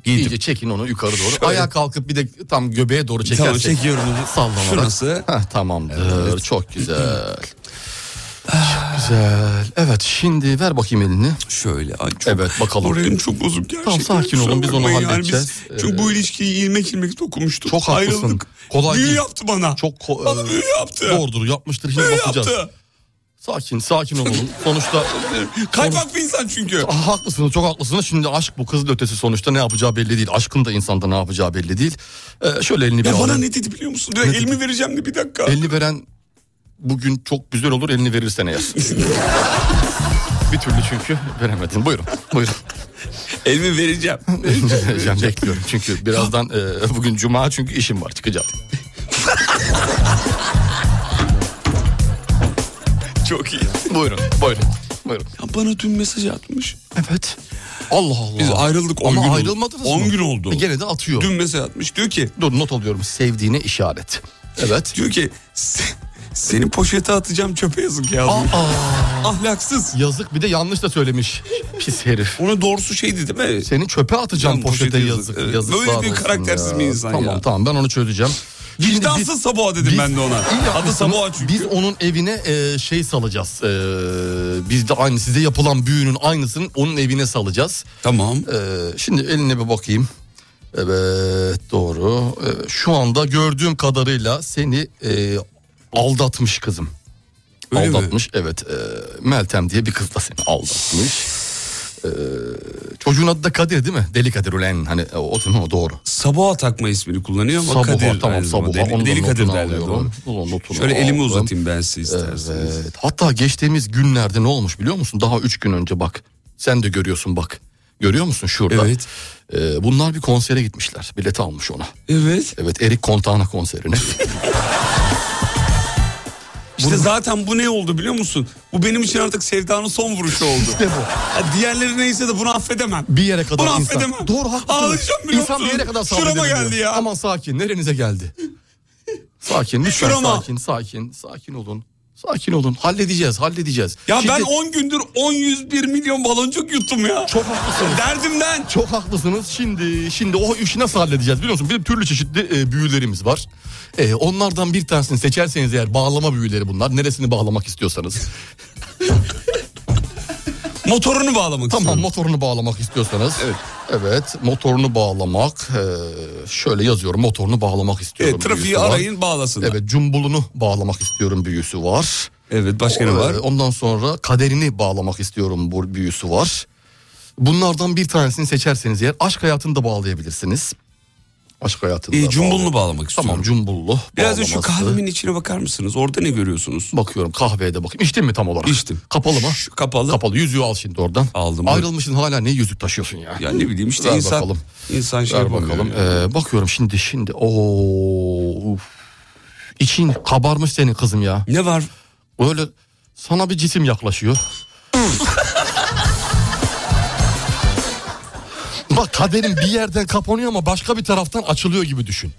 C: giydim.
D: iyice çekin onu yukarı doğru.
C: Şöyle.
D: Ayağa kalkıp bir de tam göbeğe doğru çekersek.
C: çekiyorum onu.
D: Sallanarak.
C: Şurası.
D: Heh, tamamdır.
C: Evet.
D: Çok güzel. Güzel. Evet şimdi ver bakayım elini.
C: Şöyle.
D: evet bakalım.
C: Moralim çok bozuk gerçekten.
D: Tamam sakin
C: Kusura
D: olun biz onu
C: bakmayın yani
D: halledeceğiz. Ee,
C: biz- çünkü bu ilişkiyi ilmek ilmek dokunmuştuk.
D: Çok haklısın.
C: Ayrıldık.
D: Kolay
C: büyü
D: değil.
C: yaptı bana.
D: Çok ko-
C: bana
D: e,
C: büyü yaptı.
D: Doğrudur yapmıştır şimdi
C: Büyü
D: bakacağız.
C: yaptı.
D: Sakin sakin olalım.
C: *laughs*
D: Sonuçta...
C: Kaypak bir insan çünkü.
D: Ah, haklısınız çok haklısınız. Şimdi aşk bu kızın ötesi sonuçta ne yapacağı belli değil. Aşkın da insanda ne yapacağı belli değil. Ee, şöyle elini bir
C: Ya bana
D: alın.
C: ne dedi biliyor musun? Direkt elimi vereceğim de bir dakika.
D: Elini veren bugün çok güzel olur elini
C: *laughs*
D: verirsen eğer. bir türlü çünkü veremedin. Buyurun buyurun.
C: Elimi vereceğim.
D: elini *laughs* vereceğim bekliyorum çünkü birazdan e, bugün cuma çünkü işim var çıkacağım.
C: Çok iyi.
D: Buyurun buyurun. Buyurun.
C: Ya bana dün mesaj atmış.
D: Evet. Allah Allah.
C: Biz ayrıldık 10
D: Ama
C: gün oldu.
D: ayrılmadınız
C: 10
D: mı?
C: gün oldu.
D: E, gene de atıyor.
C: Dün mesaj atmış diyor ki.
D: Dur not alıyorum sevdiğine işaret. Evet.
C: Diyor ki "Se- seni poşete atacağım çöpe yazık ya. Ahlaksız.
D: Yazık bir de yanlış da söylemiş. Pis herif.
C: Ona doğrusu şeydi değil mi?
D: Seni çöpe atacağım
C: Can
D: poşete,
C: poşete
D: yazık.
C: yazık. Evet,
D: yazık
C: böyle bir karaktersiz bir insan
D: tamam,
C: ya.
D: Tamam tamam ben onu çözeceğim. Şimdi
C: Vicdansız
D: biz-
C: Sabuha dedim
D: biz-
C: ben de ona.
D: İyi
C: Adı
D: yapmışsınız.
C: Sabuha çünkü.
D: Biz onun evine e, şey salacağız. E, biz de aynı size yapılan büyünün aynısını onun evine salacağız.
C: Tamam.
D: E, şimdi eline bir bakayım. Evet doğru. E, şu anda gördüğüm kadarıyla seni e, aldatmış kızım.
C: Öyle mi?
D: aldatmış evet. E, Meltem diye bir kız da seni aldatmış. E, çocuğun adı da Kadir değil mi? Deli Kadir ulen hani o, o, değil mi? o doğru.
C: Sabuha takma ismini kullanıyor ama
D: Sabuha,
C: Kadir.
D: tamam
C: aynı
D: Sabuha.
C: zamanda. Deli,
D: Onun da
C: deli Kadir
D: notunu
C: derler
D: alıyorum.
C: doğru.
D: Onun notunu
C: Şöyle elimi
D: aldım.
C: uzatayım ben size isterseniz.
D: Evet. Hatta geçtiğimiz günlerde ne olmuş biliyor musun? Daha üç gün önce bak. Sen de görüyorsun bak. Görüyor musun şurada?
C: Evet.
D: Ee, bunlar bir konsere gitmişler. Bilet almış ona.
C: Evet.
D: Evet Erik Kontana konserine.
C: İşte zaten bu ne oldu biliyor musun? Bu benim için artık sevdanın son vuruşu oldu.
D: işte bu.
C: Ya diğerleri neyse de bunu affedemem.
D: Bir yere kadar
C: Bunu
D: insan.
C: affedemem.
D: Doğru haklısınız.
C: Ağlayacağım biliyor
D: İnsan bir
C: musun?
D: yere kadar
C: Şurama
D: sabredebiliyor.
C: geldi ya.
D: Aman sakin nerenize geldi? Sakin lütfen
C: Şurama.
D: sakin sakin sakin olun. Sakin olun halledeceğiz halledeceğiz.
C: Ya ben
D: Şimdi-
C: 10 gündür 10 101 milyon baloncuk yuttum ya.
D: Çok haklısınız.
C: Derdimden.
D: Çok haklısınız. Şimdi şimdi o işi nasıl halledeceğiz biliyor musun? Benim türlü çeşitli e, büyülerimiz var. E, onlardan bir tanesini seçerseniz eğer bağlama büyüleri bunlar. Neresini bağlamak istiyorsanız.
C: *laughs* Motorunu bağlamak
D: tamam
C: istiyorum.
D: motorunu bağlamak istiyorsanız. Evet. motorunu bağlamak. e, şöyle yazıyorum motorunu bağlamak istiyorum.
C: Evet, trafiği
D: büyüsü var.
C: arayın bağlasın. Evet.
D: Evet cumbulunu bağlamak istiyorum büyüsü var.
C: başka ne
D: O,
C: var?
D: e, Ondan sonra kaderini bağlamak istiyorum bu büyüsü var. Bunlardan bir tanesini seçerseniz eğer aşk hayatını da bağlayabilirsiniz. Aşk hayatını
C: E,
D: da
C: cumbulunu
D: bağlay-
C: bağlamak istiyorum.
D: Tamam cumbullu.
C: Biraz da şu
D: bağlaması.
C: kahvemin içine bakar mısınız? Orada ne görüyorsunuz?
D: Bakıyorum kahveye de bakayım. İçtin mi tam olarak?
C: İçtim.
D: Kapalı mı?
C: Şu kapalı.
D: Kapalı yüzüğü al şimdi oradan.
C: Aldım.
D: Ayrılmışsın hala ne yüzük taşıyorsun ya?
C: Ya ne bileyim işte
D: Ver
C: insan
D: bakalım.
C: insan şey
D: Ver
C: yapamıyor
D: bakalım.
C: ya.
D: Ee, bakıyorum şimdi şimdi. Oo. uf. İçin kabarmış senin kızım ya.
C: Ne var?
D: Böyle sana bir cisim yaklaşıyor. Bak kaderin bir yerden kapanıyor ama başka bir taraftan açılıyor gibi düşün.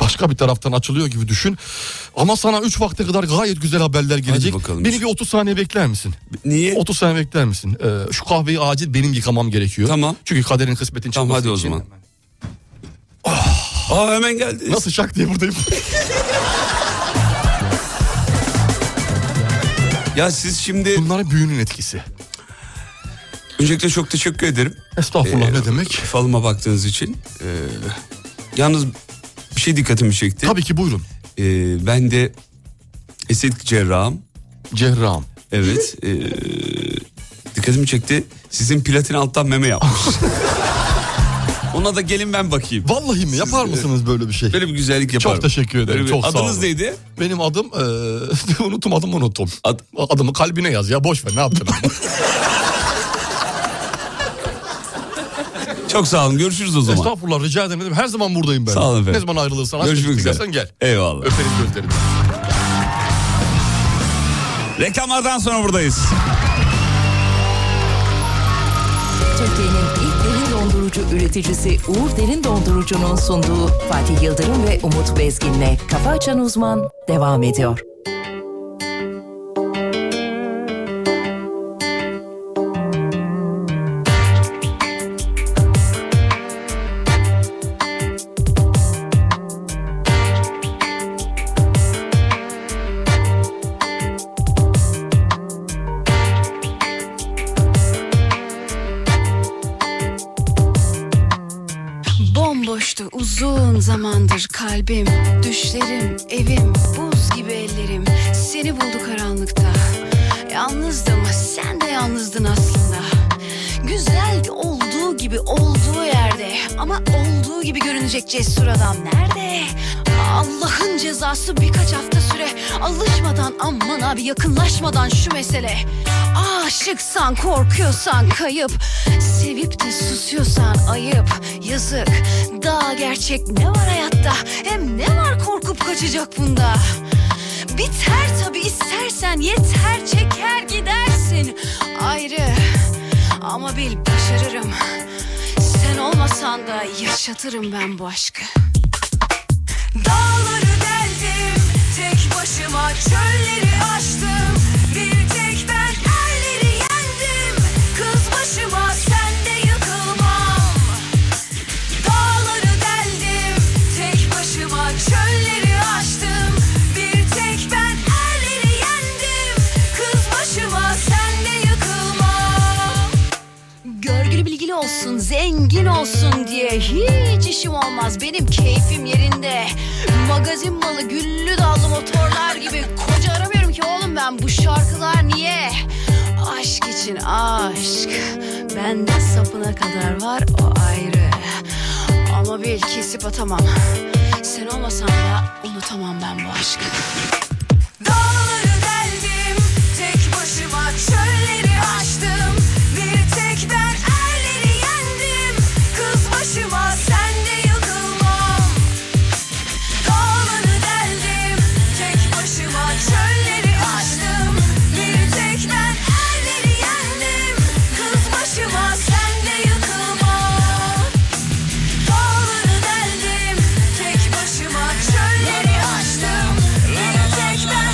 D: Başka bir taraftan açılıyor gibi düşün. Ama sana 3 vakte kadar gayet güzel haberler gelecek.
C: bakalım.
D: Beni bir 30 saniye bekler misin?
C: Niye?
D: 30 saniye bekler misin? Ee, şu kahveyi acil benim yıkamam gerekiyor.
C: Tamam.
D: Çünkü kaderin kısmetin
C: Tamam
D: çıkması
C: hadi o
D: için-
C: zaman. Aa hemen geldi.
D: Nasıl şak diye buradayım.
C: Ya siz şimdi
D: Bunların büyünün etkisi.
C: öncelikle çok teşekkür ederim.
D: Estağfurullah
C: Ee,
D: ne demek?
C: Falıma baktığınız için. Ee, yalnız bir şey dikkatimi çekti.
D: Tabii ki buyurun.
C: Ee, ben de estetik cerrahım.
D: Cerrahım.
C: Evet. ee, dikkatimi çekti. Sizin platin alttan meme yapmış.
D: *laughs*
C: Ona da gelin ben bakayım.
D: Vallahi mi yapar
C: Siz-
D: mısınız böyle bir şey?
C: Böyle bir güzellik yaparım.
D: teşekkür ederim,
C: Böyle bir-
D: çok sağ
C: Adınız
D: olun.
C: neydi?
D: Benim adım eee *laughs* unuttum adımı unuttum.
C: Ad-
D: adımı kalbine yaz ya boş ver ne yaptın?
C: Çok sağ olun. Görüşürüz o zaman.
D: Estağfurullah rica ederim. Her zaman buradayım ben.
C: Sağ olun efendim.
D: Ne zaman ayrılırsan aç
C: Görüşmek üzere.
D: istersen gel.
C: Eyvallah.
D: Öperim gözlerini.
C: Reklamlardan sonra buradayız.
N: Türkiye'nin ilk derin dondurucu üreticisi Uğur Derin Dondurucu'nun sunduğu Fatih Yıldırım ve Umut Bezgin'le Kafa Açan Uzman devam ediyor.
F: Sen
O: tutmuştu uzun zamandır kalbim Düşlerim, evim, buz gibi ellerim Seni buldu karanlıkta Yalnızdım, sen de yalnızdın aslında Güzel olduğu gibi olduğu yerde Ama olduğu gibi görünecek cesur adam nerede? Allah'ın cezası birkaç hafta süre Alışmadan aman abi yakınlaşmadan şu mesele Aşıksan korkuyorsan kayıp Sevip de susuyorsan ayıp Yazık daha gerçek ne var hayatta Hem ne var korkup kaçacak bunda Biter tabi istersen yeter çeker gidersin Ayrı ama bil başarırım Sen olmasan da yaşatırım ben bu aşkı
J: Dağları deldim tek başıma çölleri aştım bir tek ben erleri yendim kız başıma sen de yıkılmam Dağları deldim tek başıma çölleri aştım bir tek ben erleri yendim kız başıma sen de yıkılmam
O: Görgülü bilgili olsun, zengin olsun diye hiç işim olmaz. Benim keyfim yerinde. Magazin malı, güllü dallı motorlar gibi. Koca aramıyorum ki oğlum ben bu şarkılar niye? Aşk için aşk. Benden sapına kadar var o ayrı. Ama bil kesip atamam. Sen olmasan da unutamam ben bu aşkı.
J: Dağları deldim tek başıma çölleri aştım bir tek ben erleri yendim kız başıma sen de yıkılmam Dağları deldim tek başıma çölleri aştım bir tek ben erleri yendim kız başıma sen de yıkılmam Dağları deldim tek başıma çölleri aştım Bir tek ben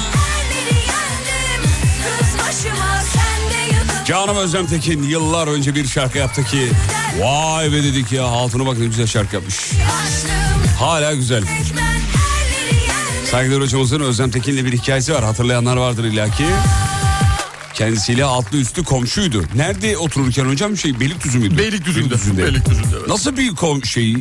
J: elleri yendim Kız başıma sen de yıkıl
C: Canım Özlem Tekin yıllar önce bir şarkı yaptı ki vay be dedik ya altına bak ne güzel şarkı yapmış. Hala güzel. Saygıdeğer hocamızın Özlem Tekin'le bir hikayesi var hatırlayanlar vardır illaki. Kendisiyle altlı üstlü komşuydu. Nerede otururken hocam şey Beylikdüzü müydü? Beylikdüzü'nde.
D: Beylikdüzü'nde,
C: Nasıl bir kom şey e,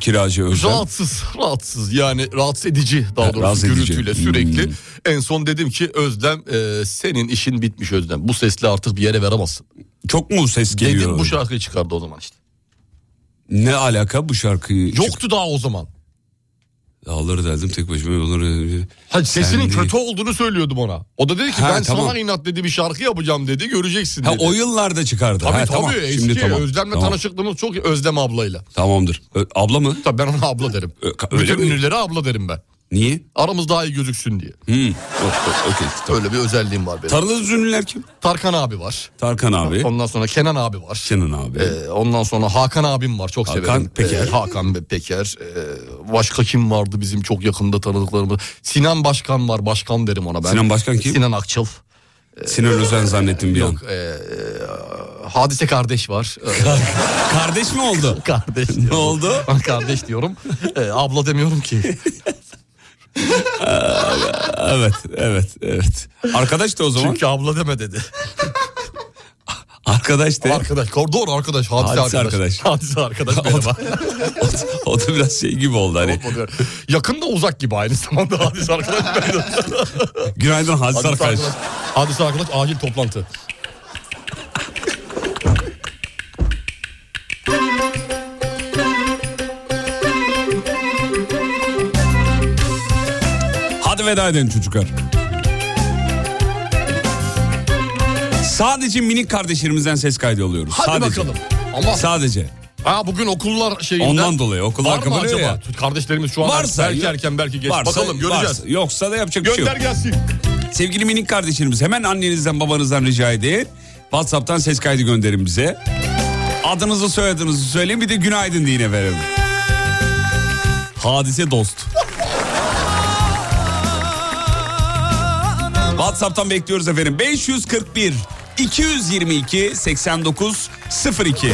C: kiracı Özlem?
D: Rahatsız, rahatsız yani rahatsız edici daha doğrusu
C: rahatsız edici. Hmm.
D: gürültüyle sürekli. En son dedim ki Özlem e, senin işin bitmiş Özlem. Bu sesle artık bir yere veremezsin.
C: Çok mu ses geliyor?
D: Dedim bu şarkıyı çıkardı o zaman işte.
C: Ne alaka bu şarkıyı?
D: Yoktu daha o zaman.
C: Dağları deldim tek başıma yolları.
D: Hayır,
C: Sen
D: sesinin
C: de-
D: kötü olduğunu söylüyordum ona. O da dedi ki
C: Ha,
D: ben
C: tamam.
D: sana inat dedi bir şarkı yapacağım dedi göreceksin dedi.
C: Ha, o yıllarda çıkardı.
D: Tabii
C: Ha,
D: tabii
C: tamam.
D: eski
C: Şimdi tamam.
D: Özlem'le
C: Tamam.
D: tanışıklığımız çok iyi. Özlem ablayla.
C: Tamamdır. Ö- abla mı?
D: Tabii ben ona abla derim.
C: öyle
D: Bütün
C: mi?
D: ünlülere abla derim ben.
C: Niye?
D: Aramız daha iyi gözüksün diye.
C: Hmm.
D: Öyle bir özelliğim var benim.
C: Tanıdığınız ünlüler kim?
D: Tarkan abi var.
C: Tarkan abi.
D: Ondan sonra Kenan abi var. Ee,
C: Kenan abi.
D: ondan sonra Hakan abim var çok
C: Hakan
D: severim.
C: Peker.
D: Ee, Hakan Be- Peker. Ee, başka kim vardı bizim çok yakında tanıdıklarımız? Sinan Başkan var başkan derim ona ben.
C: Sinan Başkan kim?
D: Sinan Akçıl. Ee,
C: Sinan Özen zannettim bir an.
D: Hadise kardeş var. Ee,
C: *laughs* kardeş mi oldu?
D: *laughs* Kardeş diyorum. Ne
C: oldu?
D: Ben kardeş diyorum. Ee, abla demiyorum ki.
C: *laughs* evet, evet, evet. Arkadaş da o zaman.
D: Çünkü abla deme dedi.
C: Arkadaş de.
D: Arkadaş. Doğru arkadaş. Hadise,
C: Hadise
D: arkadaş.
C: arkadaş. *laughs*
D: Hadise arkadaş. merhaba.
C: O da biraz şey gibi oldu hani.
D: Yakında uzak gibi aynı zamanda hadis arkadaş.
C: *laughs* Günaydın Hadis arkadaş.
D: Hadis arkadaş acil toplantı.
C: Hadi veda edin çocuklar. Sadece minik kardeşlerimizden ses kaydı alıyoruz.
D: Hadi
C: Sadece.
D: bakalım. Ama-
C: Sadece.
D: Ha bugün okullar şeyinden.
C: Ondan dolayı okullar
D: Var mı
C: kapanıyor
D: acaba?
C: ya.
D: Kardeşlerimiz şu an
C: Varsa
D: belki
C: yok.
D: erken belki geç.
C: Varsa-
D: Bakalım göreceğiz.
C: varsa. Yoksa da yapacak bir şey
D: Gönder
C: yok.
D: gelsin.
C: Sevgili minik kardeşlerimiz hemen annenizden babanızdan rica edin. Whatsapp'tan ses kaydı gönderin bize. Adınızı soyadınızı söyleyin bir de günaydın deyin efendim. Hadise dost. Whatsapp'tan bekliyoruz efendim. 541 222 89 02.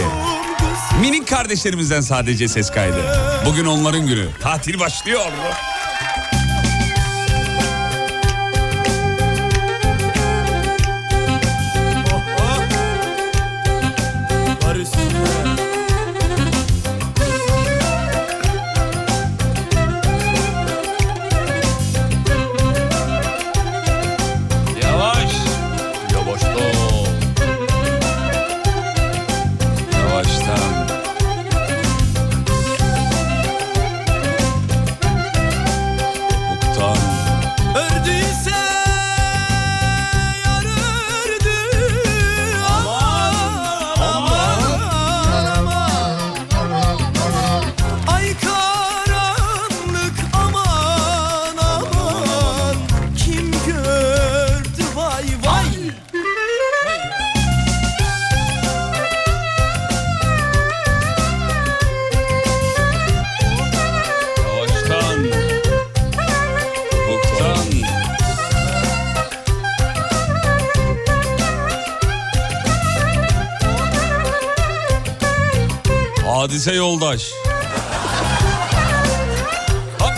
C: Minik kardeşlerimizden sadece ses kaydı. Bugün onların günü. Tatil başlıyor.
P: Var üstüne
C: Hadise yoldaş. Hop.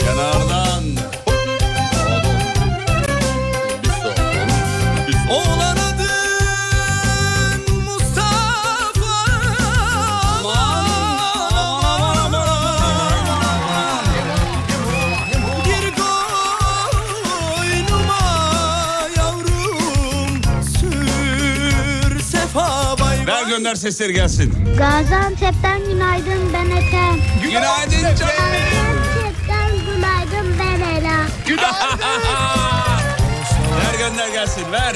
C: Kenardan.
F: Oğlan adım Mustafa Aman aman aman aman Geri koynuma yavrum Sür sefa bay
C: Ver gönder sesleri gelsin.
Q: Gaziantep'ten günaydın ben Ethem.
C: Günaydın canım.
Q: Gaziantep'ten günaydın ben Ela.
C: ver gönder gelsin ver.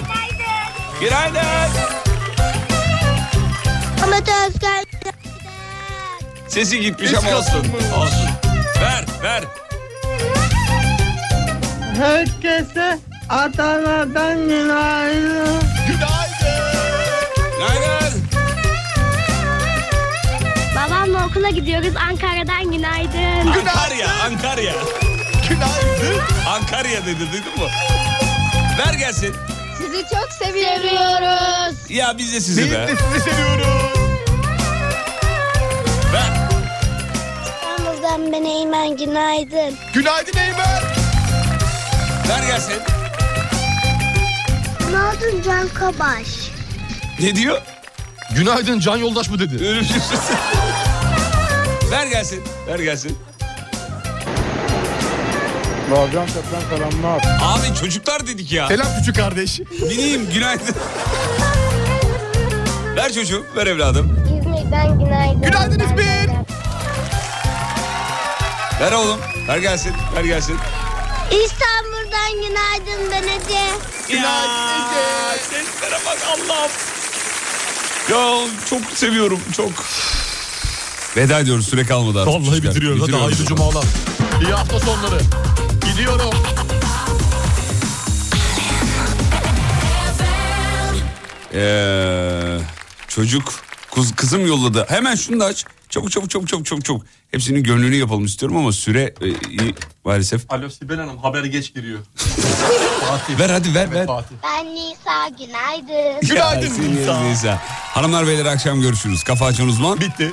C: Günaydın.
Q: Ahmet Özgen.
C: Sesi gitmiş ama olsun. Olsun. Ver ver.
M: Herkese Adana'dan günaydın.
C: Günaydın.
Q: Babamla okula gidiyoruz Ankara'dan günaydın.
C: Ankarya, Ankarya. Günaydın. Ankarya dedi duydun mu? Ver gelsin.
Q: Sizi çok seviyoruz.
C: Ya biz de sizi be.
D: sizi seviyoruz.
Q: İstanbul'dan ben Eymen günaydın.
D: Günaydın Eymen.
C: Ver gelsin.
Q: Ne oldun Can Kabaş?
C: Ne diyor?
D: Günaydın Can Yoldaş mı dedi?
C: *laughs* Ver gelsin. Ver gelsin.
R: Gaziantep'ten selamlar.
C: Abi çocuklar dedik ya.
R: Selam
D: küçük kardeş.
C: Bineyim günaydın. ver çocuğum ver evladım.
Q: İzmir'den günaydın. Günaydın İzmir.
C: Ver oğlum. Ver gelsin. Ver gelsin.
Q: İstanbul'dan günaydın ben Ece.
C: Günaydın. Seslere bak Allah'ım. Ya çok seviyorum çok. Veda ediyoruz süre kalmadı artık.
D: Vallahi
C: çocuklar.
D: bitiriyoruz. Hadi hayırlı cumalar. İyi hafta sonları. Gidiyorum.
C: Ee, çocuk kız, kızım yolladı. Hemen şunu da aç. Çabuk çabuk çabuk çabuk çabuk çabuk. Hepsinin gönlünü yapalım istiyorum ama süre e, iyi, maalesef.
K: Alo Sibel Hanım haber geç
C: *laughs*
K: giriyor.
C: Ver hadi ver ver.
Q: Ben Nisa günaydın.
C: Günaydın Nisa. Hanımlar beyler akşam görüşürüz. Kafa açan uzman. Bitti.